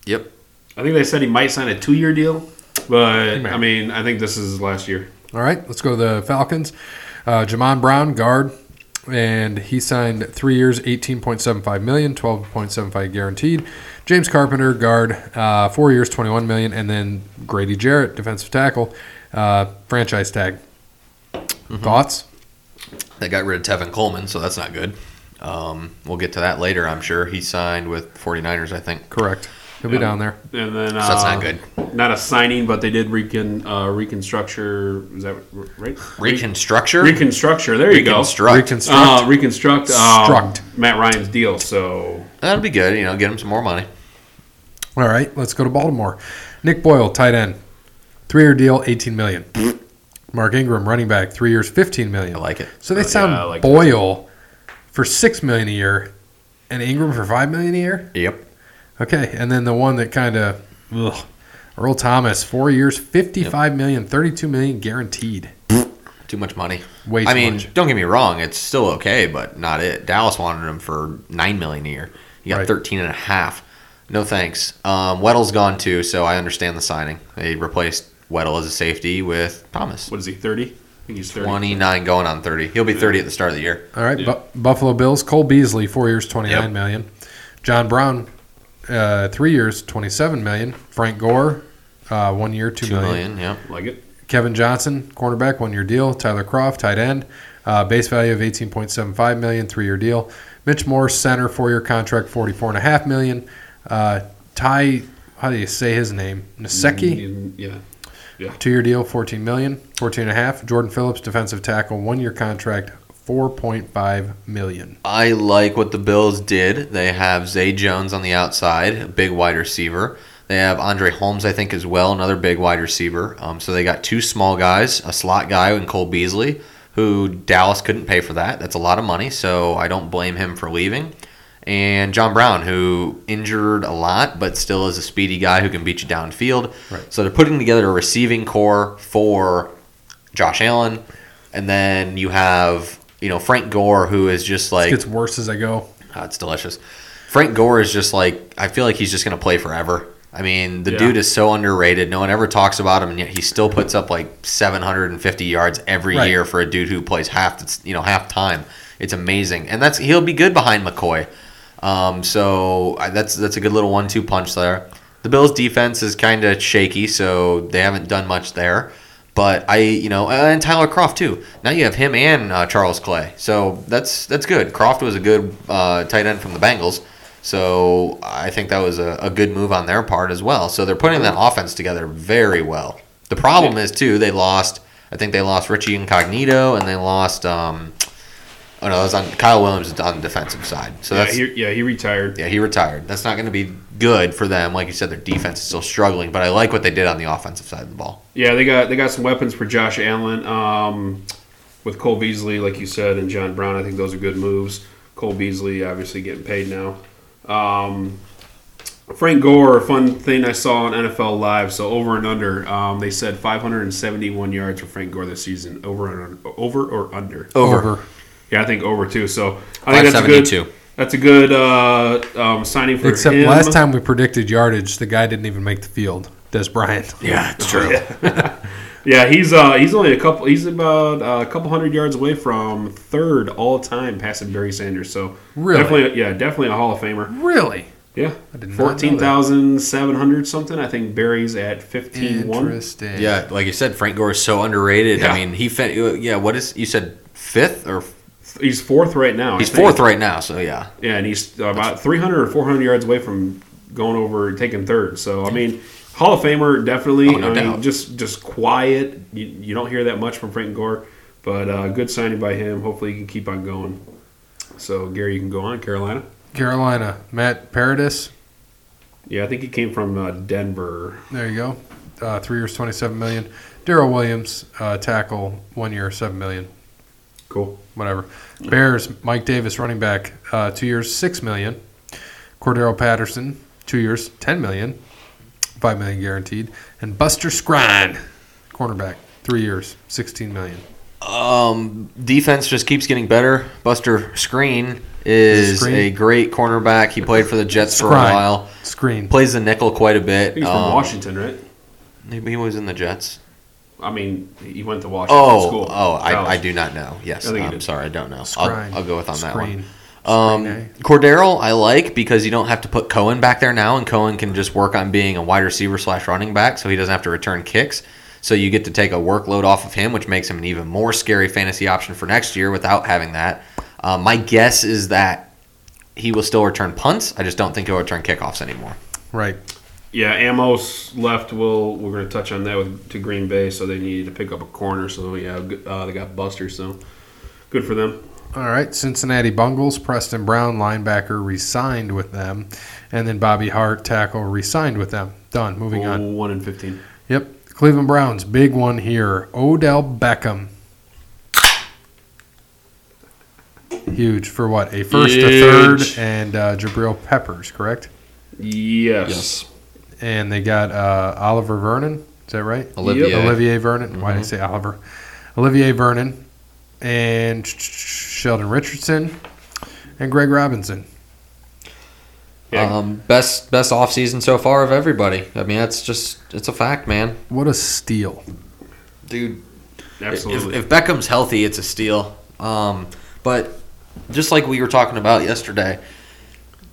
Yep.
I think they said he might sign a two-year deal, but
might.
I mean, I think this is his last year.
All right. Let's go to the Falcons. Uh, Jamon Brown guard. And he signed three years, 18.75 million, 12.75 guaranteed. James Carpenter, guard, uh, four years, 21 million, and then Grady Jarrett, defensive tackle, uh, franchise tag. Thoughts?
They got rid of Tevin Coleman, so that's not good. Um, we'll get to that later, I'm sure. He signed with 49ers, I think.
Correct. He'll be
Yeah.
down there.
And then uh,
So that's not good.
Not a signing, but they did recon uh, reconstructure. Is that right?
Reconstructure?
Reconstructure. There you go.
Reconstruct.
Reconstruct.
Uh, reconstruct um,
Struct.
Matt Ryan's deal. So
That'll be good. You know, get him some more money.
All right, let's go to Baltimore. Nick Boyle, tight end, three-year deal, 18 million. Mark Ingram, running back, three years, 15 million.
I Oh, like it.
So they sound
yeah, I like
Boyle for six million a year, and Ingram for five million a year.
Yep.
Okay, and then the one that kind of Earl Thomas, four years, fifty-five million, thirty-two million guaranteed.
Too much money.
Way too
I mean,
much.
don't get me wrong, it's still okay, but not it. Dallas wanted him for nine million a year. You got
Right.
thirteen and a half. No thanks. Um, Weddle's gone too, so I understand the signing. They replaced Weddle as a safety with Thomas.
what is he? Thirty? I think he's thirty.
Twenty nine going on thirty. He'll be thirty at the start of the year.
All right,
Yeah.
Bu- Buffalo Bills, Cole Beasley, four years, twenty-nine
Yep.
million. John Brown, uh, three years, twenty-seven million. Frank Gore, uh, one year,
Two million, yeah.
Like it.
Kevin Johnson, cornerback, one year deal. Tyler Croft, tight end, uh, base value of 18.75 million, three year deal. Mitch Moore, center, four year contract, 44.5 million. Uh, Ty, how do you say his name? Naseki,
Mm, Yeah.
two year deal, 14 million, 14 and a half. Jordan Phillips, defensive tackle, one year contract, 4.5 million.
I like what the Bills did. They have Zay Jones on the outside, a big wide receiver. They have Andre Holmes, I think, as well, another big wide receiver. Um, so they got two small guys, a slot guy and Cole Beasley, who Dallas couldn't pay for that. That's a lot of money, so I don't blame him for leaving. And John Brown, who injured a lot, but still is a speedy guy who can beat you downfield.
Right.
So they're putting together a receiving core for Josh Allen, and then you have you know Frank Gore, who is just
It
like
gets worse as I go.
Oh, it's delicious. Frank Gore is just like I feel like he's just gonna play forever. I mean, the
Yeah.
dude is so underrated. No one ever talks about him, and yet he still puts up like 750 yards every
Right.
year for a dude who plays half, the- you know, half time. It's amazing, and that's he'll be good behind McCoy. Um, so I, that's that's a good little one-two punch there. The Bills' defense is kind of shaky, so they haven't done much there. But I, you know, uh, and Tyler Croft too. Now you have him and uh, Charles Clay, so that's that's good. Croft was a good uh, tight end from the Bengals, so I think that was a, a good move on their part as well. So they're putting that offense together very well. The problem is too they lost. I think they lost Richie Incognito, and they lost. Um, oh no, that was on Kyle Williams is on the defensive side. So
Yeah
that's
he, yeah, he retired.
yeah, he retired. That's not going to be good for them. Like you said, their defense is still struggling, but I like what they did on the offensive side of the ball.
Yeah, they got they got some weapons for Josh Allen. Um, with Cole Beasley, like you said, and John Brown, I think those are good moves. Cole Beasley obviously getting paid now. Um, Frank Gore, a fun thing I saw on NFL Live. So over and under, um, they said 571 yards for Frank Gore this season. Over and over or under?
Over.
Yeah, I think over too. So I think that's a good.
572.
That's a good uh, um, signing for
Except
him.
last time we predicted yardage, the guy didn't even make the field. Des Bryant.
Yeah, it's true.
Yeah, he's uh, he's only a couple. He's about uh, a couple hundred yards away from third all time passing Barry Sanders. So
Really?
definitely, yeah, definitely a Hall of Famer.
Really?
Yeah,
did not know that.
fourteen thousand seven hundred something. I think Barry's at fifteen one.
Interesting.
Yeah, like you said, Frank Gore is so underrated.
Yeah.
I mean, he fin- uh, yeah. What is you said fifth or
He's fourth right now. I
he's
think.
fourth right now? So yeah,
Yeah, and he's about three hundred or four hundred yards away from going over taking third. So I mean, Hall of Famer definitely.
Oh, no
I mean,
doubt.
just just quiet. You, you don't hear that much from Frank Gore, but uh, good signing by him. Hopefully, he can keep on going. So Gary, you can go on Carolina.
Carolina, Matt Paradis.
Yeah, I think he came from uh, Denver.
There you go. Uh, three years, twenty-seven million. Daryl Williams, uh, tackle, one year, seven million.
Cool.
Whatever. Bears, Mike Davis, running back, uh, two years, six million. Cordero Patterson, two years, ten million, five million guaranteed. And Buster Scrine, cornerback, three years, sixteen million.
Um, defense just keeps getting better. Buster Screen is
Screen?
a great cornerback. He played for the Jets for a
Scrine.
while.
Screen.
Plays the nickel quite a bit.
He's
Um,
from Washington, right?
He he was in the Jets.
I mean, he went to Washington
Oh,
school.
oh, I, I
College.
do not know. Yes,
I think he
I'm
did.
sorry, I don't know. I'll,
Scrine.
I'll go with on that one.
Screen.
Um,
Screen, eh?
Cordero, I like because you don't have to put Cohen back there now, and Cohen can just work on being a wide receiver slash running back, so he doesn't have to return kicks. So you get to take a workload off of him, which makes him an even more scary fantasy option for next year without having that. Uh, my guess is that he will still return punts. I just don't think he'll return kickoffs anymore.
Right.
Yeah, Amos left. Will we're going to touch on that with, to Green Bay, so they needed to pick up a corner. So yeah, g- uh, they got Buster. So good for them.
All right, Cincinnati Bungles, Preston Brown, linebacker, re-signed with them, and then Bobby Hart, tackle, re-signed with them. Done. Moving
Oh,
on.
One and fifteen.
Yep, Cleveland Browns, big one here. Odell Beckham, huge for what? A first, a third,
Huge.
and uh, Jabril Peppers, correct?
Yes.
And they got uh, Oliver Vernon. Is that right?
Olivier.
Olivier Vernon. Why
Mm-hmm.
did I say Oliver? Olivier Vernon and Sh- Sh- Sheldon Richardson and Greg Robinson.
Yeah.
Um, best best off season so far of everybody. I mean, that's just it's a fact, man.
What a steal!
Dude,
Absolutely.
If, if Beckham's healthy, it's a steal. Um, but just like we were talking about yesterday,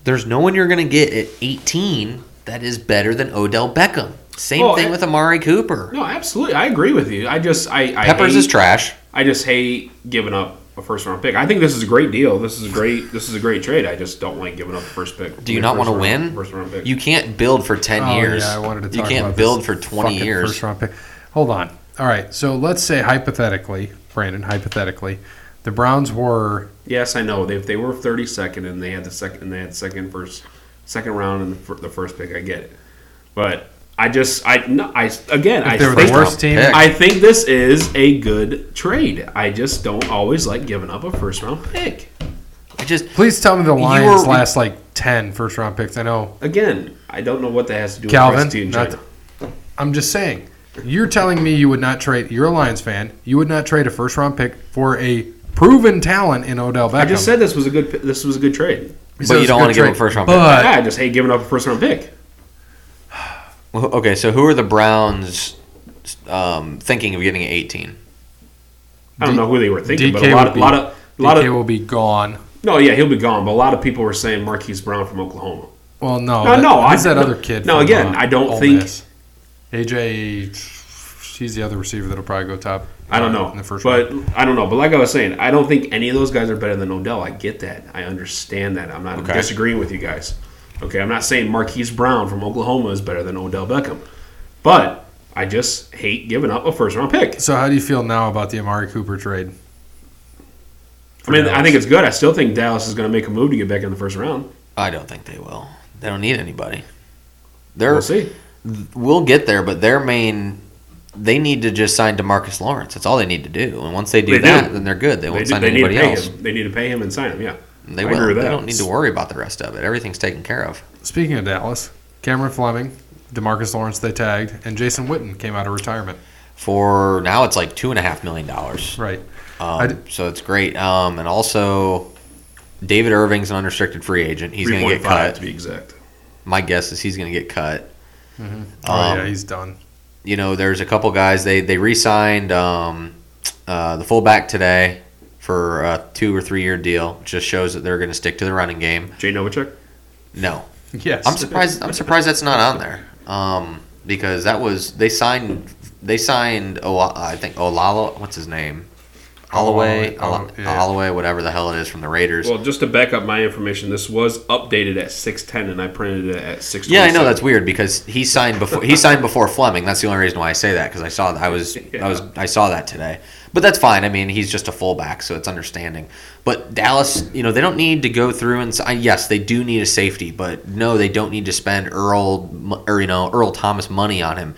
there's no one you're going to get at 18 that is better than Odell Beckham. Same
Well,
thing
and-
with Amari Cooper.
no, absolutely. I agree with you. I just I, I
Peppers
hate,
is trash.
I just hate giving up a first round pick. I think this is a great deal. This is a great. This is a great trade. I just don't like giving up the first pick.
Do you not
First
want to
round-
win?
First round pick.
You can't build for 10
Oh,
years.
Yeah, I wanted to talk
you can't
about
build
this
for 20
fucking
years.
First round pick. Hold on. All right. So let's say hypothetically, Brandon, hypothetically, the Browns were
Yes, I know. If they were thirty second and they had the second and they had second first second round and the, fir- the first pick, I get it. But I just I no, I again I
if they were the
think,
worst team.
pick.
I think this is a good trade. I just don't always like giving up a first round pick.
I just
Please tell me the Lions
were-
last like 10 first round picks. I know.
Again, I don't know what that has to do
Calvin,
with Rusty and
not-
China.
I'm just saying. You're telling me you would not trade. You're a Lions fan. You would not trade a first round pick for a proven talent in Odell Beckham.
I just said this was a good pi- this was a good trade.
He
But
said
you
it's a
don't wanna
good
give him
trade,
a first round
but
yeah, I just hate giving up a first round pick.
Well, Okay, so who are the Browns um, thinking of getting at 18?
I don't
D-
know who they were thinking, but
DK
a lot,
would be-
lot of a lot
DK
of
will be gone.
no, yeah, he'll be gone. But a lot of people were saying Marquise Brown from Oklahoma.
Well, no.
No,
that,
no,
who's
I-
that
no-
other kid.
no,
from, uh,
again, I don't
Ole
think-
Miss? AJ. He's the other receiver that'll probably go top.
I don't
uh,
know.
In the first round.
but I don't know. But like I was saying, I don't think any of those guys are better than Odell. I get that. I understand that. I'm not
Okay.
disagreeing with you guys. Okay, I'm not saying Marquise Brown from Oklahoma is better than Odell Beckham. But I just hate giving up a first round pick.
So how do you feel now about the Amari Cooper trade?
I mean,
Dallas.
I think it's good. I still think Dallas is going to make a move to get back in the first round.
I don't think they will. They don't need anybody. They're
We'll see.
we'll get there, but their main they need to just sign Demarcus Lawrence. That's all they need to do. And once they do
They
that,
do.
then they're good. They
They,
won't
do-
sign
they need to
anybody
pay
else.
him. They need to pay him and sign him. Yeah.
They
I
will.
agree with
They
that.
don't need to worry about the rest of it. Everything's taken care of.
Speaking of Dallas, Cameron Fleming, Demarcus Lawrence, they tagged, and Jason Witten came out of retirement.
For now, it's like two and a half million dollars.
Right. I d-
Um, so it's great. Um, and also, David Irving's an unrestricted free agent. He's going to get
3.5
cut.
to be exact.
My guess is he's going to get cut.
Oh
Um,
yeah, he's done.
you know, there's a couple guys they they re-signed um, uh, the fullback today for a two or three year deal. which Just shows that they're going to stick to the running game.
Jay Novacek.
No,
Yes.
I'm surprised. I'm surprised that's not on there um, because that was they signed. They signed. Oh, I think Olalo. What's his name? Holloway.
Olawale, oh, yeah.
Holloway. Whatever the hell it is from the Raiders.
Well, just to back up my information, this was updated at 610, and I printed it at 6
yeah, I know that's weird because he signed before he signed before Fleming. That's the only reason why I say that because I saw that I was I was I saw that today. But that's fine. I mean, he's just a fullback, so it's understanding. But Dallas, you know, they don't need to go through and s- I- yes, they do need a safety, but no, they don't need to spend Earl m- or you know Earl Thomas money on him.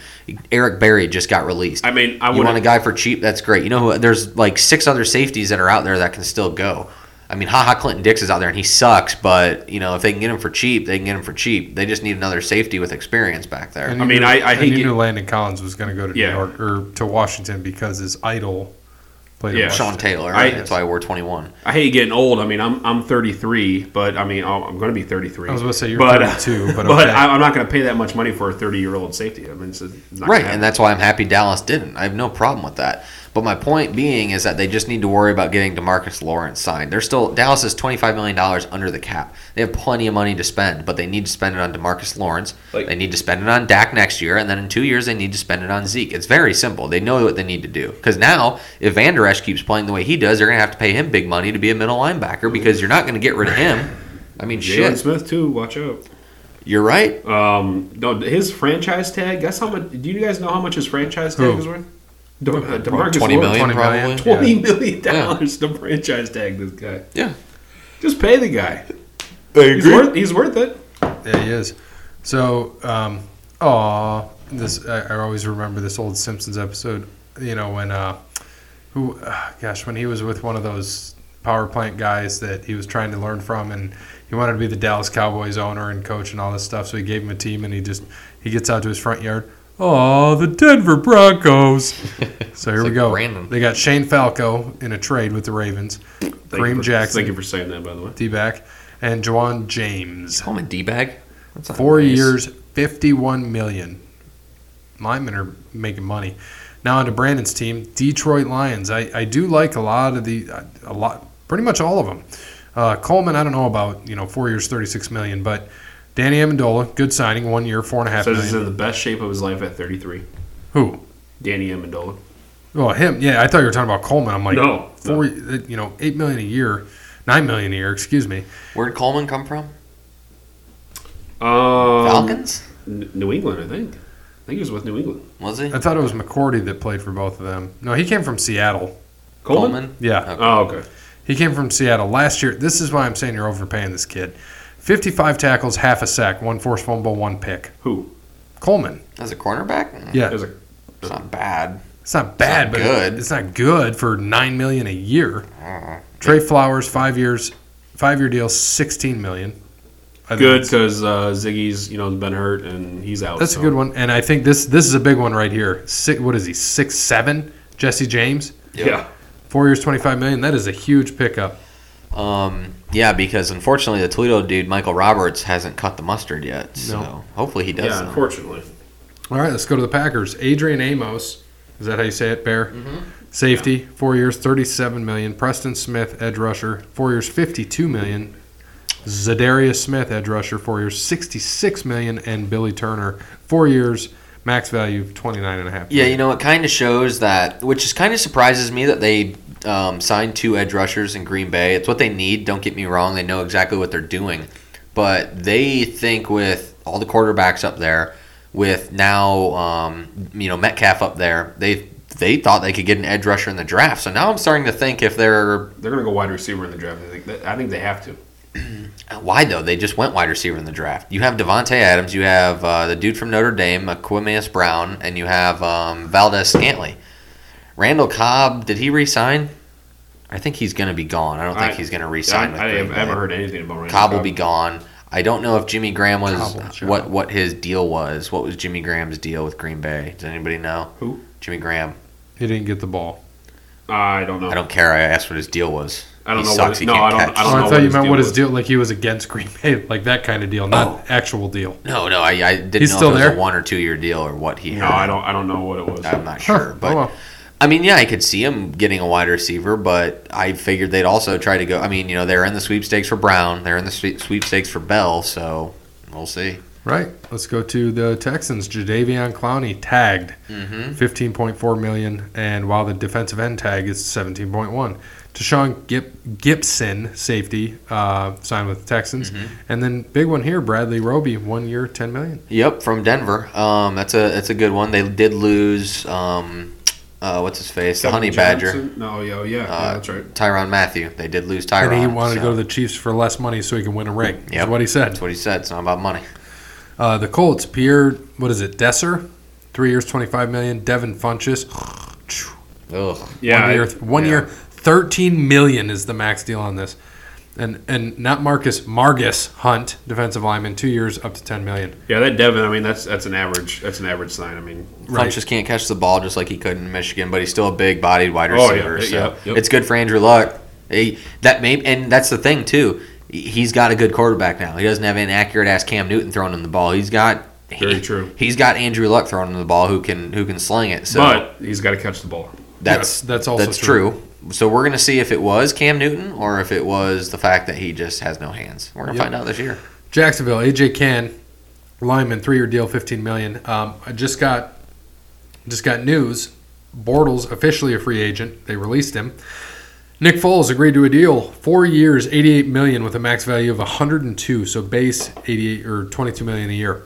Eric Berry just got released.
I mean, I
you want a
wouldn't-
guy for cheap? That's great. You know, who- there's like six other safeties that are out there that can still go. I mean, haha, Clinton Dix is out there and he sucks, but you know if they can get him for cheap, they can get him for cheap. They just need another safety with experience back there.
And
I
you
mean,
knew-
I- I
and
think
you
it-
knew Landon Collins was going to go to
Yeah.
New York or to Washington because his idol played.
Yeah.
in
Sean
Washington.
Taylor,
I-
right? that's why I wore 21.
I hate getting old. I mean, I'm I'm 33, but I mean, I'll- I'm going to be 33.
I was about to say you're
But-
32, but,
but
okay.
I, I'm not going to pay that much money for a 30 year old safety. I mean, it's, it's not gonna
Right,
happen.
and that's why I'm happy Dallas didn't. I have no problem with that. But my point being is that they just need to worry about getting Demarcus Lawrence signed. They're still Dallas is 25 million dollars under the cap. They have plenty of money to spend, but they need to spend it on Demarcus Lawrence.
Like-
they need to spend it on Dak next year, and then in two years they need to spend it on Zeke. It's very simple. They know what they need to do because now if Van Der Esch keeps playing the way he does, they're gonna have to pay him big money to be a middle linebacker because you're not gonna get rid of him. I mean,
Jalen
shit.
Smith too. Watch out.
You're right.
Um, no, his franchise tag. Guess how much? Do you guys know how much his franchise tag
Who?
is worth? De, uh, DeMarcus
20
Lawrence.
million,
20
probably.
million.
Twenty million dollars to franchise tag this guy.
Yeah.
Just pay the guy.
They
He's worth. He's worth it.
Yeah, he is. So, um, aw, this I, I always remember this old Simpsons episode. You know when, uh, who, uh, gosh, when he was with one of those power plant guys that he was trying to learn from, and he wanted to be the Dallas Cowboys owner and coach and all this stuff. So he gave him a team, and he just he gets out to his front yard. Oh, the Denver Broncos. So here we
like
go.
random.
They got Shane Falco in a trade with the Ravens,
Thank you
Kareem
for-
Jackson,
Thank you for saying that, by the way.
D back, and Juwan James.
Call him a D bag.
Four years, fifty-one million. Lyman are making money. Now onto Brandon's team, Detroit Lions. I, I do like a lot of the a lot, pretty much all of them. Uh, Coleman, I don't know about you know four years, thirty-six million, but Danny Amendola, good signing, one year, four and a half
Says he's
million.
in the best shape of his life at 33.
Who?
Danny Amendola.
Well, him. Yeah, I thought you were talking about Coleman. I'm like,
No,
four. You know, eight million a year, nine million a year. Excuse me.
Where'd Coleman come from?
Um,
Falcons?
N- New England, I think. I think he was with New England.
Was he?
I thought it was McCourty that played for both of them. No, he came from Seattle.
Coleman.
Yeah.
Oh, okay.
He came from Seattle last year. This is why I'm saying you're overpaying this kid. 55 tackles, half a sack, one forced fumble, one pick.
Who?
Coleman.
As a cornerback? Mm,
Yeah,
It was a
It's not bad.
it's not bad,
not
but
good.
it's not good for nine million a year.
Mm.
Trey Flowers, five years, five year deal, 16 million. I think
good because uh, Ziggy's, you know, been hurt and he's out.
That's
so.
a good one, and I think this this is a big one right here. Six, what is he? Six seven? Jesse James,
Yeah.
four years, 25 million. That is a huge pickup.
Um, yeah, because unfortunately the Toledo dude, Michael Roberts, hasn't cut the mustard yet. So
No.
hopefully he
Yeah,
does. though.
unfortunately.
All right, let's go to the Packers. Adrian Amos, is that how you say it, Bear?
Mm-hmm.
Safety, four years, thirty-seven million. Preston Smith, edge rusher, four years, fifty-two million. Zadarius Smith, edge rusher, four years, sixty-six million, and Billy Turner, four years, max value twenty-nine and a half.
Yeah, you know, it kind of shows that, which is kind of surprises me that they um, signed two edge rushers in Green Bay. It's what they need. Don't get me wrong; they know exactly what they're doing, but they think with all the quarterbacks up there, with now um, you know Metcalf up there, they they thought they could get an edge rusher in the draft. So now I'm starting to think if they're
They're going to go wide receiver in the draft. I think, that, I think they have to.
why though they just went wide receiver in the draft. You have Devonte Adams, you have uh, the dude from Notre Dame, Aquimius Brown, and you have um, Valdez Scantley. Randall Cobb, did he resign? I think he's going to be gone. I don't think
I-
he's going to
I,
resign. with
I
Green
have,
Bay.
I haven't heard anything about Randall
Cobb will be gone. I don't know if Jimmy Graham was
Cobb will show
what what his deal was. What was Jimmy Graham's deal with Green Bay? Does anybody know?
Who?
Jimmy Graham.
he didn't get the ball.
I don't know.
I don't care. I asked what his deal was.
I don't
he
know what
Sucks.
his-
he
no,
can't
I don't-
catch.
I
I,
don't know
oh, I
what
thought you
his
meant
deal
what his
was.
deal, like he was against Green Bay, like that kind of deal, not
Oh.
actual deal.
No, no, I, I didn't
He's
know
still
if it
there?
was a one or two year deal or what he
No,
had.
I don't. I don't know what it was.
I'm not
Huh,
sure,
oh
but
well.
I mean, yeah, I could see him getting a wide receiver, but I figured they'd also try to go. I mean, you know, they're in the sweepstakes for Brown, they're in the swe- sweepstakes for Bell, so we'll see.
Right. Let's go to the Texans. Jadavion Clowney tagged
Mm-hmm.
fifteen point four million, and while the defensive end tag is seventeen point one. Deshaun Gip- Gibson, safety, uh, signed with the Texans,
Mm-hmm.
and then big one here, Bradley Roby, one year, ten million.
Yep, from Denver. Um, that's a that's a good one. They did lose um, uh, what's his face, the
Kevin
Honey Badger, Uh,
Johnson? No, yeah, yeah, yeah, that's right.
Tyron Matthew. They did lose Tyron.
And he wanted to
so
go to the Chiefs for less money so he can win a ring. That's
Yep.
what he said.
That's what he said. It's not about money.
Uh, the Colts, Pierre, what is it, Desser? Three years, 25 million. Devin Funches,
Ugh.
Yeah,
one
I-
year, one
yeah.
year, 13 million is the max deal on this. And and not Marcus, Margus Hunt, defensive lineman, two years up to 10 million.
yeah. That Devin, I mean, that's that's an average. That's an average sign. I mean,
Right.
Funch just can't catch the ball just like he could in Michigan, but he's still a big bodied wide
Oh, yeah.
receiver.
Yeah,
so
yep, yep.
it's good for Andrew Luck. He, that may and that's the thing too. He- He's got a good quarterback now. He doesn't have an accurate ass Cam Newton throwing him the ball. He's got
Very
he,
true.
He's got Andrew Luck throwing him the ball who can who can sling it. So
but he's got to catch the ball.
that's
Yes, that's also
that's
true.
true. So we're gonna see if it was Cam Newton or if it was the fact that he just has no hands. We're gonna
Yep.
find out this year.
Jacksonville, AJ Can, lineman, three year deal, fifteen million. Um, I just got just got news. Bortles officially a free agent. They released him. Nick Foles agreed to a deal, four years, eighty-eight million, with a max value of hundred and two. So base eighty-eight or twenty-two million a year.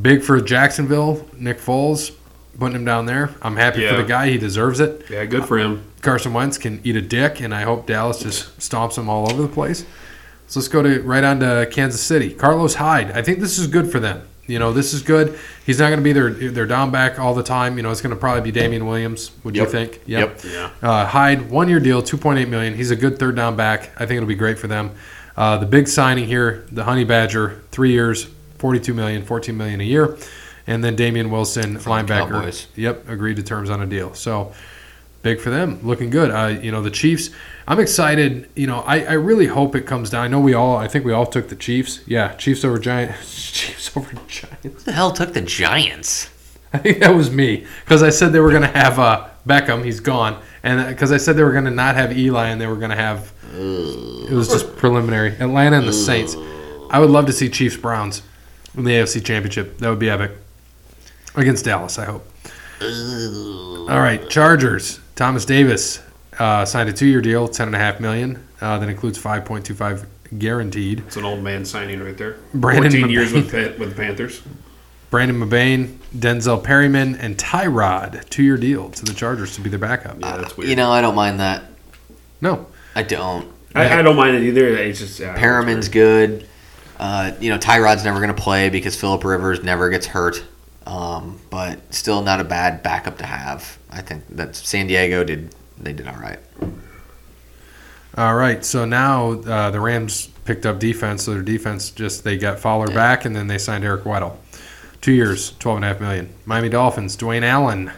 Big for Jacksonville. Nick Foles putting him down there. I'm happy for
Yeah.
the guy. He deserves it.
Yeah, good for him.
Carson Wentz can eat a dick, and I hope Dallas just stomps him all over the place. So let's go to right on to Kansas City. Carlos Hyde. I think this is good for them. You know, this is good. He's not going to be their their down back all the time. You know, it's going to probably be Damian Williams. Would you
Yep.
think?
Yeah.
Uh, Hyde, one year deal, two point eight million. He's a good third down back. I think it'll be great for them. Uh, the big signing here, the Honey Badger, three years, forty two million, fourteen million a year, and then Damian Wilson,
From the
linebacker.
Cowboys.
Yep, agreed to terms on a deal. So big for them, looking good. Uh, you know, the Chiefs. I'm excited. You know, I, I really hope it comes down. I know we all. I think we all took the Chiefs. Yeah, Chiefs over Giants. Chiefs over Giants.
Who the hell took the Giants?
I think that was me because I said they were going to have uh, Beckham. He's gone, and because I said they were going to not have Eli, and they were going to have. It was just preliminary. Atlanta and the Saints. I would love to see Chiefs Browns in the AFC Championship. That would be epic. Against Dallas, I hope. All right, Chargers. Thomas Davis uh, signed a two-year deal, ten and a half million. Uh, that includes five point two five guaranteed.
It's an old man signing right there.
Brandon
14 years
McBain.
with Pan- with the Panthers.
Brandon Mabane, Denzel Perryman, and Tyrod two-year deal to the Chargers to be their backup.
Yeah, that's weird.
Uh, You know, I don't mind that.
No,
I don't.
I, I don't mind it either. It's just yeah,
Perriman's good. Uh, you know, Tyrod's never going to play because Philip Rivers never gets hurt. Um, but still, not a bad backup to have. I think that San Diego did. They did all right.
All right, so now uh, the Rams picked up defense. So their defense just they got Fowler
Yeah.
back, and then they signed Eric Weddle, two years, twelve and a half million. Miami Dolphins, Dwayne Allen,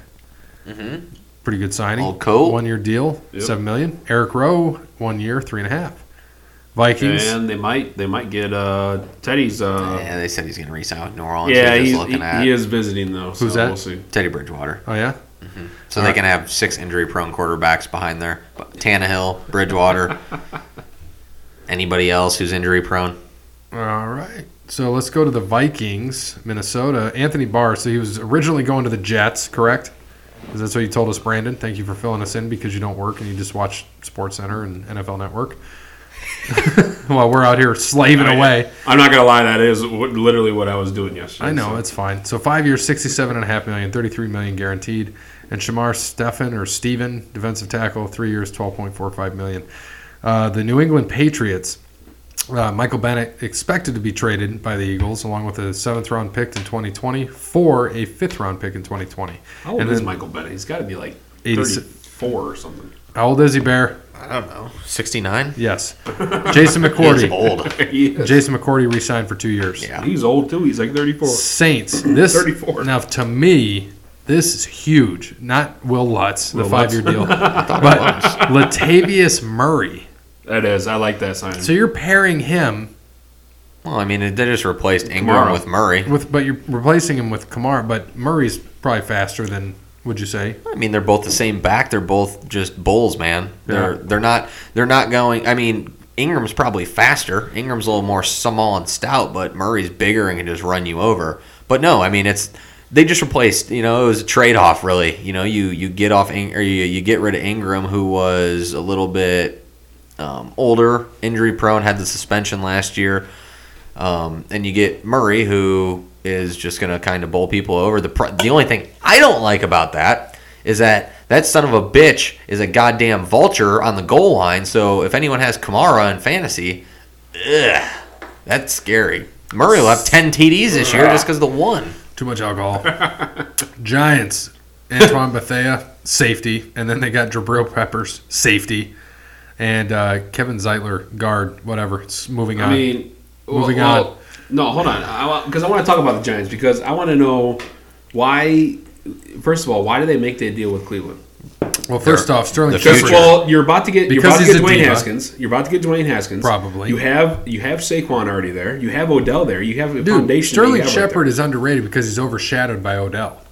Mm-hmm.
pretty good signing,
Old Colt.
one year deal,
Yep.
seven million. Eric Rowe, one year, three and a half. Vikings,
And they might they might get uh, Teddy's. Uh,
yeah, they said he's going to resign with New Orleans.
yeah,
they're just
he's,
looking
he,
at
he is visiting though. So
Who's that?
We'll see.
Teddy Bridgewater,
oh yeah,
so
Uh,
All
they
right.
can have six injury-prone quarterbacks behind there. But Tannehill, Bridgewater. Anybody else who's injury-prone?
All right. So let's go to the Vikings, Minnesota. Anthony Barr. So he was originally going to the Jets, correct? 'Cause that's what you told us, Brandon. Thank you for filling us in because you don't work and you just watch Sports Center and NFL Network. While we're out here slaving
Oh, yeah.
away.
I'm not gonna lie, that is what, literally what I was doing yesterday.
I know,
so.
it's fine. So five years, sixty-seven and a half million, thirty-three million guaranteed. And Shamar Stefan or Steven, defensive tackle, three years, twelve point four five million. Uh, the New England Patriots. Uh, Michael Bennett expected to be traded by the Eagles, along with a seventh round pick in 2020 for a fifth round pick in 2020.
How old
and
is
then-
Michael Bennett? He's got to be like
86
34 or something.
How old is he, Bear?
I don't know. Sixty-nine.
Yes. Jason
He's
McCourty.
old.
he is.
Jason McCourty re signed for two years.
Yeah.
He's old too. He's like 34.
Saints. This
34.
now to me, this is huge. Not Will Lutz, the
Will
five
Lutz.
year deal, but Latavius Murray.
That is. I like that sign.
So you're pairing him
Well, I mean, they just replaced Ingram
Kamara.
with Murray.
with, but you're replacing him with Kamara. But Murray's probably faster than would you say?
I mean, they're both the same back. They're both just bulls, man. They're
Yeah.
they're not they're not going. I mean, Ingram's probably faster. Ingram's a little more small and stout, but Murray's bigger and can just run you over. But no, I mean, it's they just replaced. You know, it was a trade off, really. You know, you you get off Ing- or you you get rid of Ingram, who was a little bit um, older, injury prone, had the suspension last year. Um, and you get Murray, who is just going to kind of bowl people over. The pro- the only thing I don't like about that is that That son of a bitch is a goddamn vulture on the goal line. So if anyone has Kamara in fantasy, ugh, that's scary. Murray left 10 TDs this year just because the one.
Too much alcohol. Giants. Antoine Bethea, safety. And then they got Jabril Peppers, safety. And uh, Kevin Zeitler, guard, whatever. It's moving on.
I mean,
Moving
well,
on.
No, hold on, because I, want to talk about the Giants because I want to know why. First of all, why do they make that deal with Cleveland?
well, first off, Sterling
the
Shepard.
future.
Well, you're about to get you're
Because
about to
he's
get
a
Dwayne
diva.
Haskins. You're about to get Dwayne Haskins.
Probably.
You have you have Saquon already there. You have Odell there. You have a
Dude,
foundation. that you
Sterling
have right
Shepard is underrated because he's overshadowed by Odell.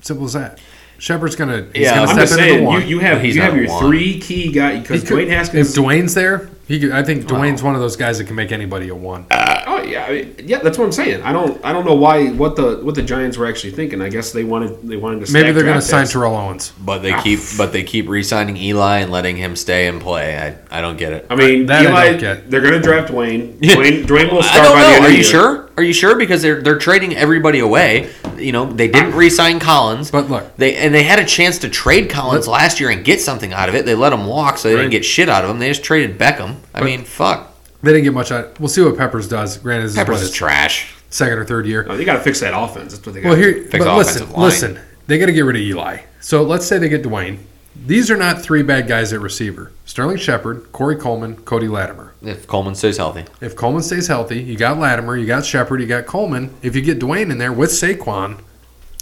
Simple as that. Shepard's gonna he's
Yeah,
gonna
there. I'm
step
just
into the
saying you,
one.
you have
He's
you have
not
your
one.
three key guys because
He could-
Dwayne Haskins.
If Dwayne's there, he could, I think Dwayne's one of those guys that can make anybody a one.
oh yeah, I mean, yeah, that's what I'm saying. I don't I don't know why what the what the Giants were actually thinking. I guess they wanted they wanted to stack
Maybe they're gonna
draft
sign
picks.
Terrell Owens.
But they keep but they keep re-signing Eli and letting him stay and play. I, I don't get it.
I mean,
That I
Eli,
don't get.
they're going to draft Dwayne. Dwayne, Dwayne will
I
start
don't
by the
know.
end of
Are
the
you
year.
sure? Are you sure? Because they're they're trading everybody away. You know they didn't re-sign Collins.
But look.
they and they had a chance to trade Collins last year and get something out of it. They let him walk, so they
Right.
didn't get shit out of him. They just traded Beckham. I mean, fuck.
They didn't get much out. We'll see what Peppers does. Granted, this is what
Peppers is
his
trash.
second or third year.
No, they got to fix that offense. That's what they got.
Well, here,
Fix
but
the
listen,
offensive line.
listen. They got to get rid of Eli. So let's say they get Dwayne. These are not three bad guys at receiver: Sterling Shepard, Corey Coleman, Cody Latimer.
If Coleman stays healthy,
If Coleman stays healthy, you got Latimer, you got Shepard, you got Coleman. If you get Dwayne in there with Saquon,
all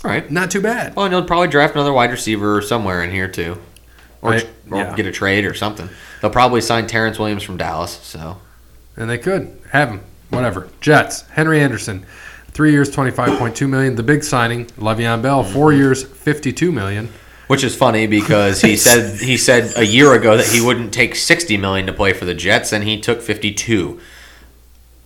right.
not too bad.
Well, and they'll probably draft another wide receiver somewhere in here too, or,
Right,
or
yeah.
get a trade or something. They'll probably sign Terrence Williams from Dallas. So
And they could have him, whatever. Jets, Henry Anderson, three years, twenty-five point two million. The big signing, Le'Veon Bell, four
Mm-hmm.
years, fifty-two million.
Which is funny because he said he said a year ago that he wouldn't take sixty million to play for the Jets, and he took fifty two.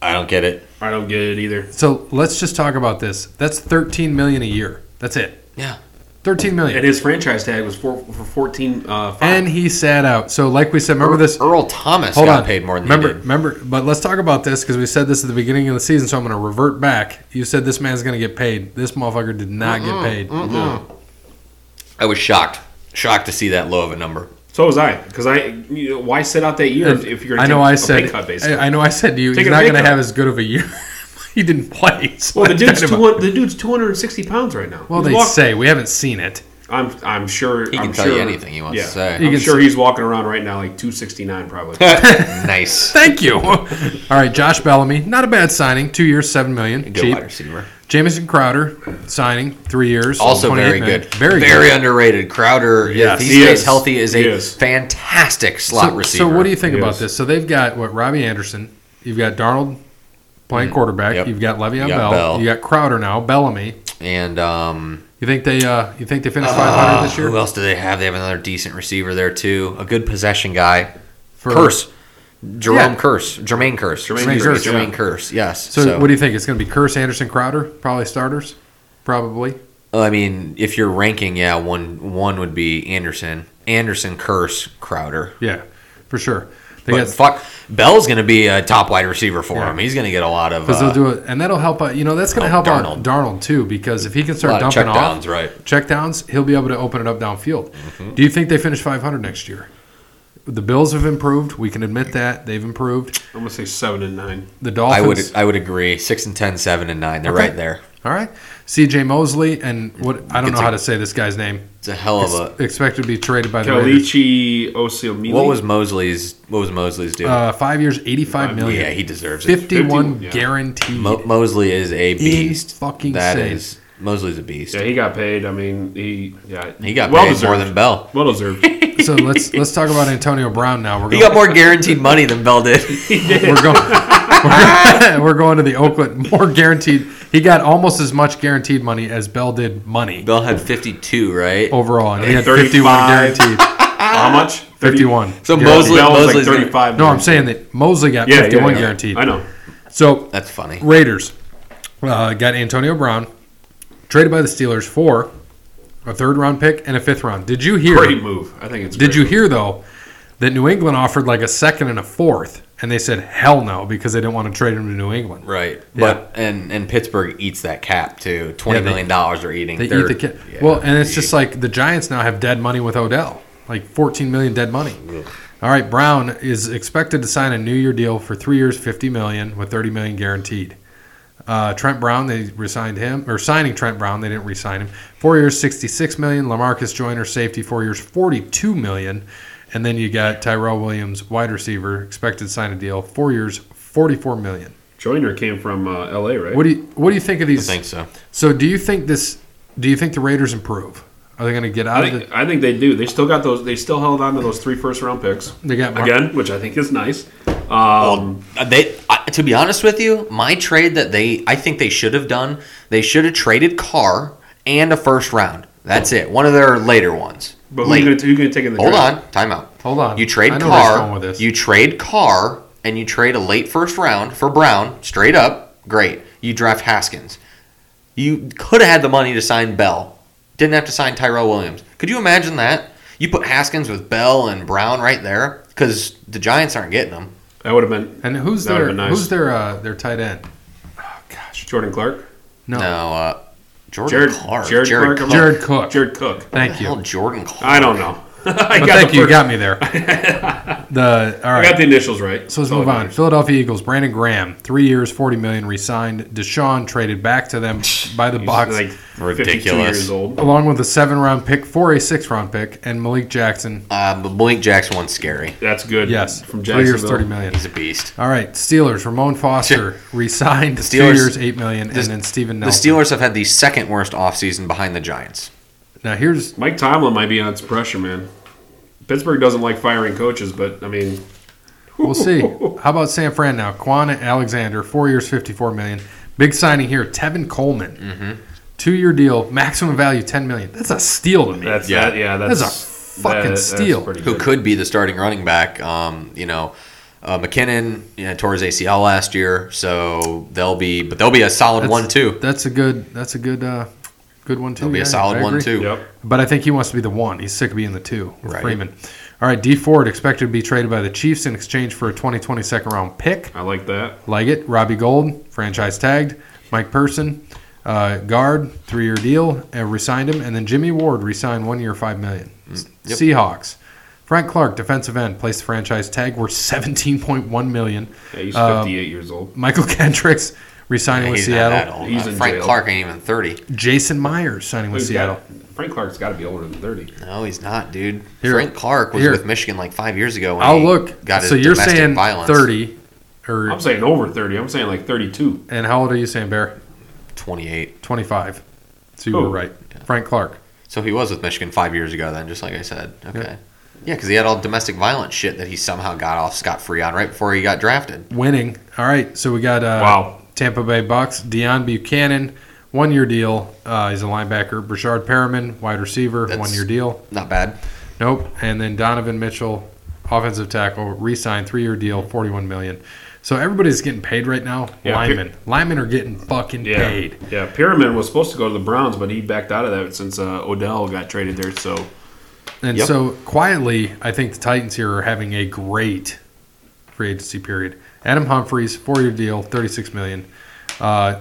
I don't get it.
I don't get it either.
So let's just talk about this. That's thirteen million a year. That's it.
Yeah.
Thirteen million.
And his franchise tag was four, for 14 uh, five.
And he sat out. So, like we said, remember this.
Earl Thomas
Hold
got
on.
paid more than
remember,
he did.
remember. But let's talk about this because we said this at the beginning of the season. So I'm going to revert back. You said this man's going to get paid. This motherfucker did not get paid.
I was shocked, shocked to see that low of a number.
so was I. Because I, you know, why sit out that year if, if you're
I
going to
know.
take
I
a
said.
pay cut, basically?
I, I know. I said to you,
Take
he's
a
not
pay
going to
cut.
have as good of a year. he didn't play. so
well, the
I
dude's,
don't know.
200, the dude's 260 pounds right now.
Well,
He's
they
walk-
say we haven't seen it.
I'm, I'm sure.
He can
I'm
tell
sure,
you anything he wants
yeah.
to say.
He
I'm
can
sure
say-
he's walking around right now like 269 probably.
nice.
Thank you. All right, Josh Bellamy, not a bad signing. Two years, seven million,
Good
cheap.
wide receiver.
Jamison Crowder signing, three years,
Also very
28 million.
good.
very, good.
very underrated. Crowder,
Yes,
if
he
he stays
is.
healthy, is
He
a
is.
fantastic slot receiver.
what do you think
Yes.
about this? So they've got what Robbie Anderson, you've got Darnold playing quarterback,
Mm. Yep.
you've got Le'Veon
You got
Bell,
Bell.
you got Crowder now, Bellamy.
And um,
You think they uh, you think they finish 500 this year?
Who else do they have? They have another decent receiver there too. A good possession guy.
For-
Curse. Jerome
Yeah.
Curse. Jermaine Curse.
Jermaine
Excuse me,
Curse,
Jermaine
yeah.
Curse. Yes.
So,
So,
what do you think? It's going to be Curse, Anderson, Crowder, probably starters, probably.
I mean, if you're ranking, yeah, one one would be Anderson. Anderson Curse Crowder.
Yeah, for sure. They
But fuck, Bell's going to be a top wide receiver for
Yeah.
him. He's going to get a lot of
Because
uh,
they'll do it, and that'll help. Out, you know, that's going to
Oh,
help out
Darnold.
Darnold too. Because if he can
a
start
lot of
dumping
checkdowns,
off
right? Mm-hmm.
checkdowns, he'll be able to open it up downfield. Do you think they finish 500 next year? The Bills have improved. We can admit that they've improved.
I'm going to say 7 and 9.
The
I
Dolphins.
would I would agree. Six and ten, seven and nine. They're
Okay.
right there.
All right, C.J. Mosley and what I don't
It's
know
a-
how to say this guy's name.
It's a hell of a.
Ex- expected to be traded by the Raiders.
Kalichi Oseomili.
What was Mosley's? What was Mosley's doing? Oh,
Uh, five years, 85 million,
yeah, he deserves it.
51
yeah.
guaranteed.
Mo- Mosley is a beast.
fucking
That
sane.
is- Mosley's a beast.
Yeah, he got paid. I mean, he yeah
He got
well
paid
deserved.
more than Bell.
well deserved.
so let's let's talk about Antonio Brown now. We're
He
going.
got more guaranteed money than Bell did.
We're going. We're, going- we're going to the Oakland. More guaranteed. He got almost as much guaranteed money as Bell did money
Bell had 52, right?
overall, and he had
35.
51 guaranteed.
How much?
51.
So
guaranteed.
Mosley-
Bell was like
Mosley's gonna-
35.
No, I'm saying that Mosley got
Yeah, yeah,
51
yeah.
guaranteed.
I know.
So
That's funny.
Raiders uh, got Antonio Brown traded by the Steelers for a third round pick and a fifth round. Did you hear?
Great move. I think it's. a
Did
great
you
move.
hear though that New England offered like a second and a fourth and they said hell no because they didn't want to trade him to New England.
Right.
Yeah.
But and and Pittsburgh eats that cap too. Twenty
Yeah, they-
million dollars are eating.
They
They're-
eat the kid.
yeah,
well, and it's
they
just
eat.
like the Giants now have dead money with Odell, like 14 million dead money. All right, Brown is expected to sign a new year deal for three years, 50 million with 30 million guaranteed. Uh, Trent Brown, they resigned him, or signing Trent Brown, they didn't resign him. Four years, 66 million. Lamarcus Joyner, safety, four years, 42 million. And then you got Tyrell Williams, wide receiver, expected to sign a deal, four years, 44 million.
Joyner came from uh, L.A., right?
What do you What do you think of
I
these?
think so.
So, do you think this? Do you think the Raiders improve? Are they going to get out
I
of the?
think, I think they do. They still got those. They still held on to those three first round picks
They got Mar-
again, which I think is nice. Um,
Uh, They, I to be honest with you, my trade that they, I think they should have done. They should have traded Carr and a first round. That's it. One of their later ones.
but
Late.
who's going to take in the
Hold
draft?
on, time out.
Hold on.
You trade
I know where he's going
Carr.
with this.
You trade Carr, and you trade a late first round for Brown, straight up. Great. You draft Haskins. You could have had the money to sign Bell. Didn't have to sign Tyrell Williams. Could you imagine that? You put Haskins with Bell and Brown right there because the Giants aren't getting them.
That would have been
and who's
That would've
their
been nice.
Who's their uh, their tight end?
Jordan Clark,
No,
No, uh, Jordan
Jared,
Carr.
Jared, Clark, I'm
Jared
not-
Cook.
Jared Cook.
Thank
Hell,
you.
Jordan Clark.
I don't know. I
But
got
thank
the
you. You
first-
got me there. the all
I
right.
got the Oh, initials right.
so let's
That's all
move
that
on.
matters.
Philadelphia Eagles. Brandon Graham, three years, forty million, resigned. Deshaun traded back to them by the
He's
box,
like 52
Ridiculous.
years old.
along with a seven-round pick for a six-round pick, and Malik Jackson.
Uh, but Blake Jackson one's scary.
That's good.
Yes,
from
three years,
Jacksonville.
thirty million.
He's a beast.
All right, Steelers. Ramon Foster resigned. Steelers, two
Steelers-
years, eight million, and then Steven
The
Nelson.
Steelers have had the second worst offseason behind the Giants.
Now here's
Mike Tomlin might be on some pressure, man. Pittsburgh doesn't like firing coaches, but I mean,
we'll see. How about San Fran now? Quan Alexander, four years, fifty-four million. Big signing here. Tevin Coleman,
Mm-hmm.
two-year deal, maximum value ten million. That's a steal to me.
that's
Yeah.
that, yeah, that's,
That's a fucking steal.
pretty
who
good.
could be the starting running back. Um, you know, uh, McKinnon you know, tore his ACL last year, so they'll be, but they'll be a solid
That's-
one too.
That's a good. That's a good. Uh, good one too.
They'll be
yeah,
a solid
I
one
agree.
too.
Yep.
But I think he wants to be the one. He's sick of being the two with
Right.
Freeman. All right, D Ford expected to be traded by the Chiefs in exchange for a 2020 second round pick.
I like that.
Like it, Robbie Gold, franchise tagged. Mike Person, uh, guard, three year deal, uh, resigned him. And then Jimmy Ward resigned one year, five million.
Mm, yep.
Seahawks. Frank Clark, defensive end, placed the franchise tag worth 17.1 million.
Yeah, he's
Um,
58 years old.
Michael Kendricks resigning
Yeah,
with
he's not that
Seattle.
old.
He's
Uh,
in
Frank
jail.
Clark ain't even thirty.
Jason Myers signing with
Who's
Seattle.
got- Frank Clark's got to be older than 30.
No, he's not, dude.
Here.
Frank Clark was
Here.
with Michigan like five years ago. When
I'll
he
look.
Got his
so you're
domestic
saying
violence.
30, or
I'm saying over 30. I'm saying like 32.
and how old are you saying, Bear?
28.
25. So you
Who?
were right. Frank Clark.
So he was with Michigan five years ago. Then, just like I said. Okay. Yeah, because he had all domestic violence shit that he somehow got off scot free on right before he got drafted.
winning. All right, so we got uh,
Wow.
Tampa Bay Bucks, Deion Buchanan, one year deal. Uh, he's a linebacker. Brashard Perriman, wide receiver,
That's-
one year deal.
Not bad.
Nope. And then Donovan Mitchell, offensive tackle, re-signed, three year deal, forty one million. So everybody's getting paid right now.
Yeah,
linemen, linemen are getting fucking
Yeah.
paid.
Yeah. Pyramid was supposed to go to the Browns, but he backed out of that since uh, Odell got traded there. So
And
Yep.
so quietly, I think the Titans here are having a great free agency period. Adam Humphreys, four year deal, thirty six million. Uh,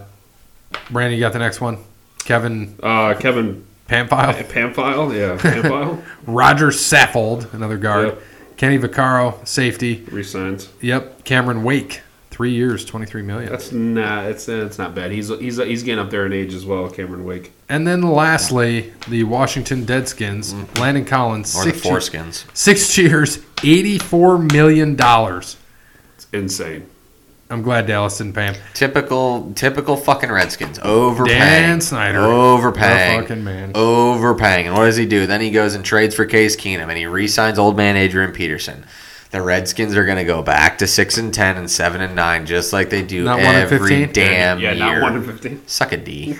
Brandon, you got the next one. Kevin
uh, Kevin
Pamphile,
Pamphile. Yeah. Pamphile
Roger Saffold, another guard.
Yep.
Kenny Vaccaro, safety.
resigns.
Yep. Cameron Wake, three years, twenty three million.
That's not. It's it's not bad. He's he's he's getting up there in age as well. Cameron Wake.
and then lastly, the Washington Deadskins,
Mm.
Landon Collins,
Or the
six, ye-
foreskins.
six years, eighty four million dollars.
It's insane.
I'm glad Dallas didn't pay him.
Typical, typical fucking Redskins. Overpaying.
Dan Snyder.
Overpaying.
The fucking man.
Overpaying. And what does he do? Then he goes and trades for Case Keenum and he re-signs old man Adrian Peterson. The Redskins are going to go back to six and ten and seven and nine, just like they do
Not one and
every
15?
damn
yeah,
year.
not one in fifteen.
Suck a D.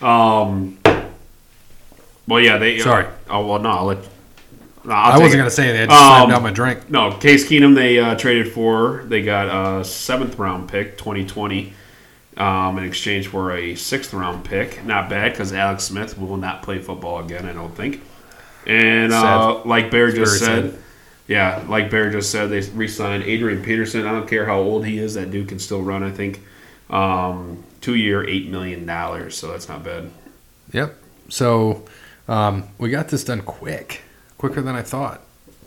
Um. Well, yeah, they.
Sorry.
oh well, no. I'll let, no
I
I'll
wasn't going to
take
say anything. I just
Um,
slammed down my drink.
it. No, Case Keenum they uh, traded for. They got a seventh round pick, 2020, um, in exchange for a sixth round pick. Not bad because Alex Smith will not play football again. I don't think. And uh, like Bear just
very
said, yeah, like Bear just said, they re-signed Adrian Peterson. I don't care how old he is; that dude can still run. I think um, two year, eight million dollars. So that's not bad.
Yep. So um, we got this done quick, quicker than I thought.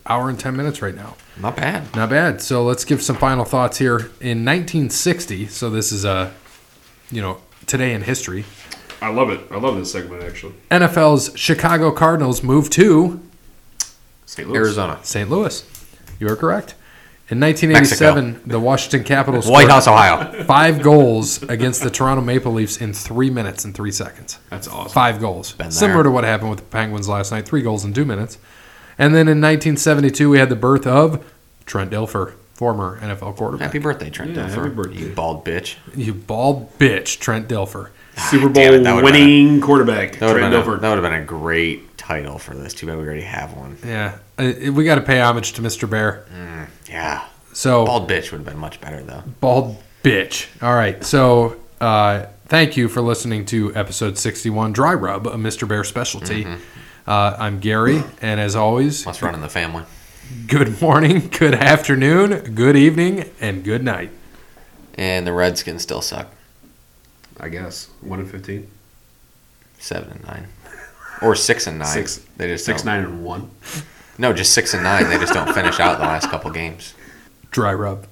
Hour and 10 minutes right now.
Not bad.
Not bad. So let's give some final thoughts here. In 1960, so this is a, you know, today in history,
I love it. I love this segment actually.
NFL's Chicago Cardinals moved to
St. Louis.
Arizona.
St. Louis. You are correct. In 1987, the Washington Capitals
White
scored
House, Ohio.
five goals against the Toronto Maple Leafs in three minutes and three seconds.
That's awesome.
Five goals.
Been there.
Similar to what happened with the Penguins last night. Three goals in two minutes. And then in 1972, we had the birth of Trent Dilfer, former NFL quarterback.
Happy birthday, Trent
Yeah,
Dilfer.
happy birthday.
You bald bitch.
You bald bitch, Trent Dilfer.
Super Bowl
Ah, damn it, that would've
winning quarterback
That would
Trent
have
Dilfer.
been, a- that would've been a great title for this. Too bad we already have one.
Yeah. Uh, we got to pay homage to Mr. Bear.
Yeah.
So,
Bald bitch would have been much better, though.
bald bitch. All right. So, uh, thank you for listening to episode 61 Dry Rub, a Mr. Bear specialty. Uh, I'm Gary, and as always,
Must run in the family.
good morning, good afternoon, good evening, and good night.
And the Redskins still suck.
I guess one and fifteen.
Seven and nine. Or six and nine.
Six-
They just
Six,
don't-
nine, and one.
No, just six and nine. They just don't finish out the last couple games.
Dry Rub.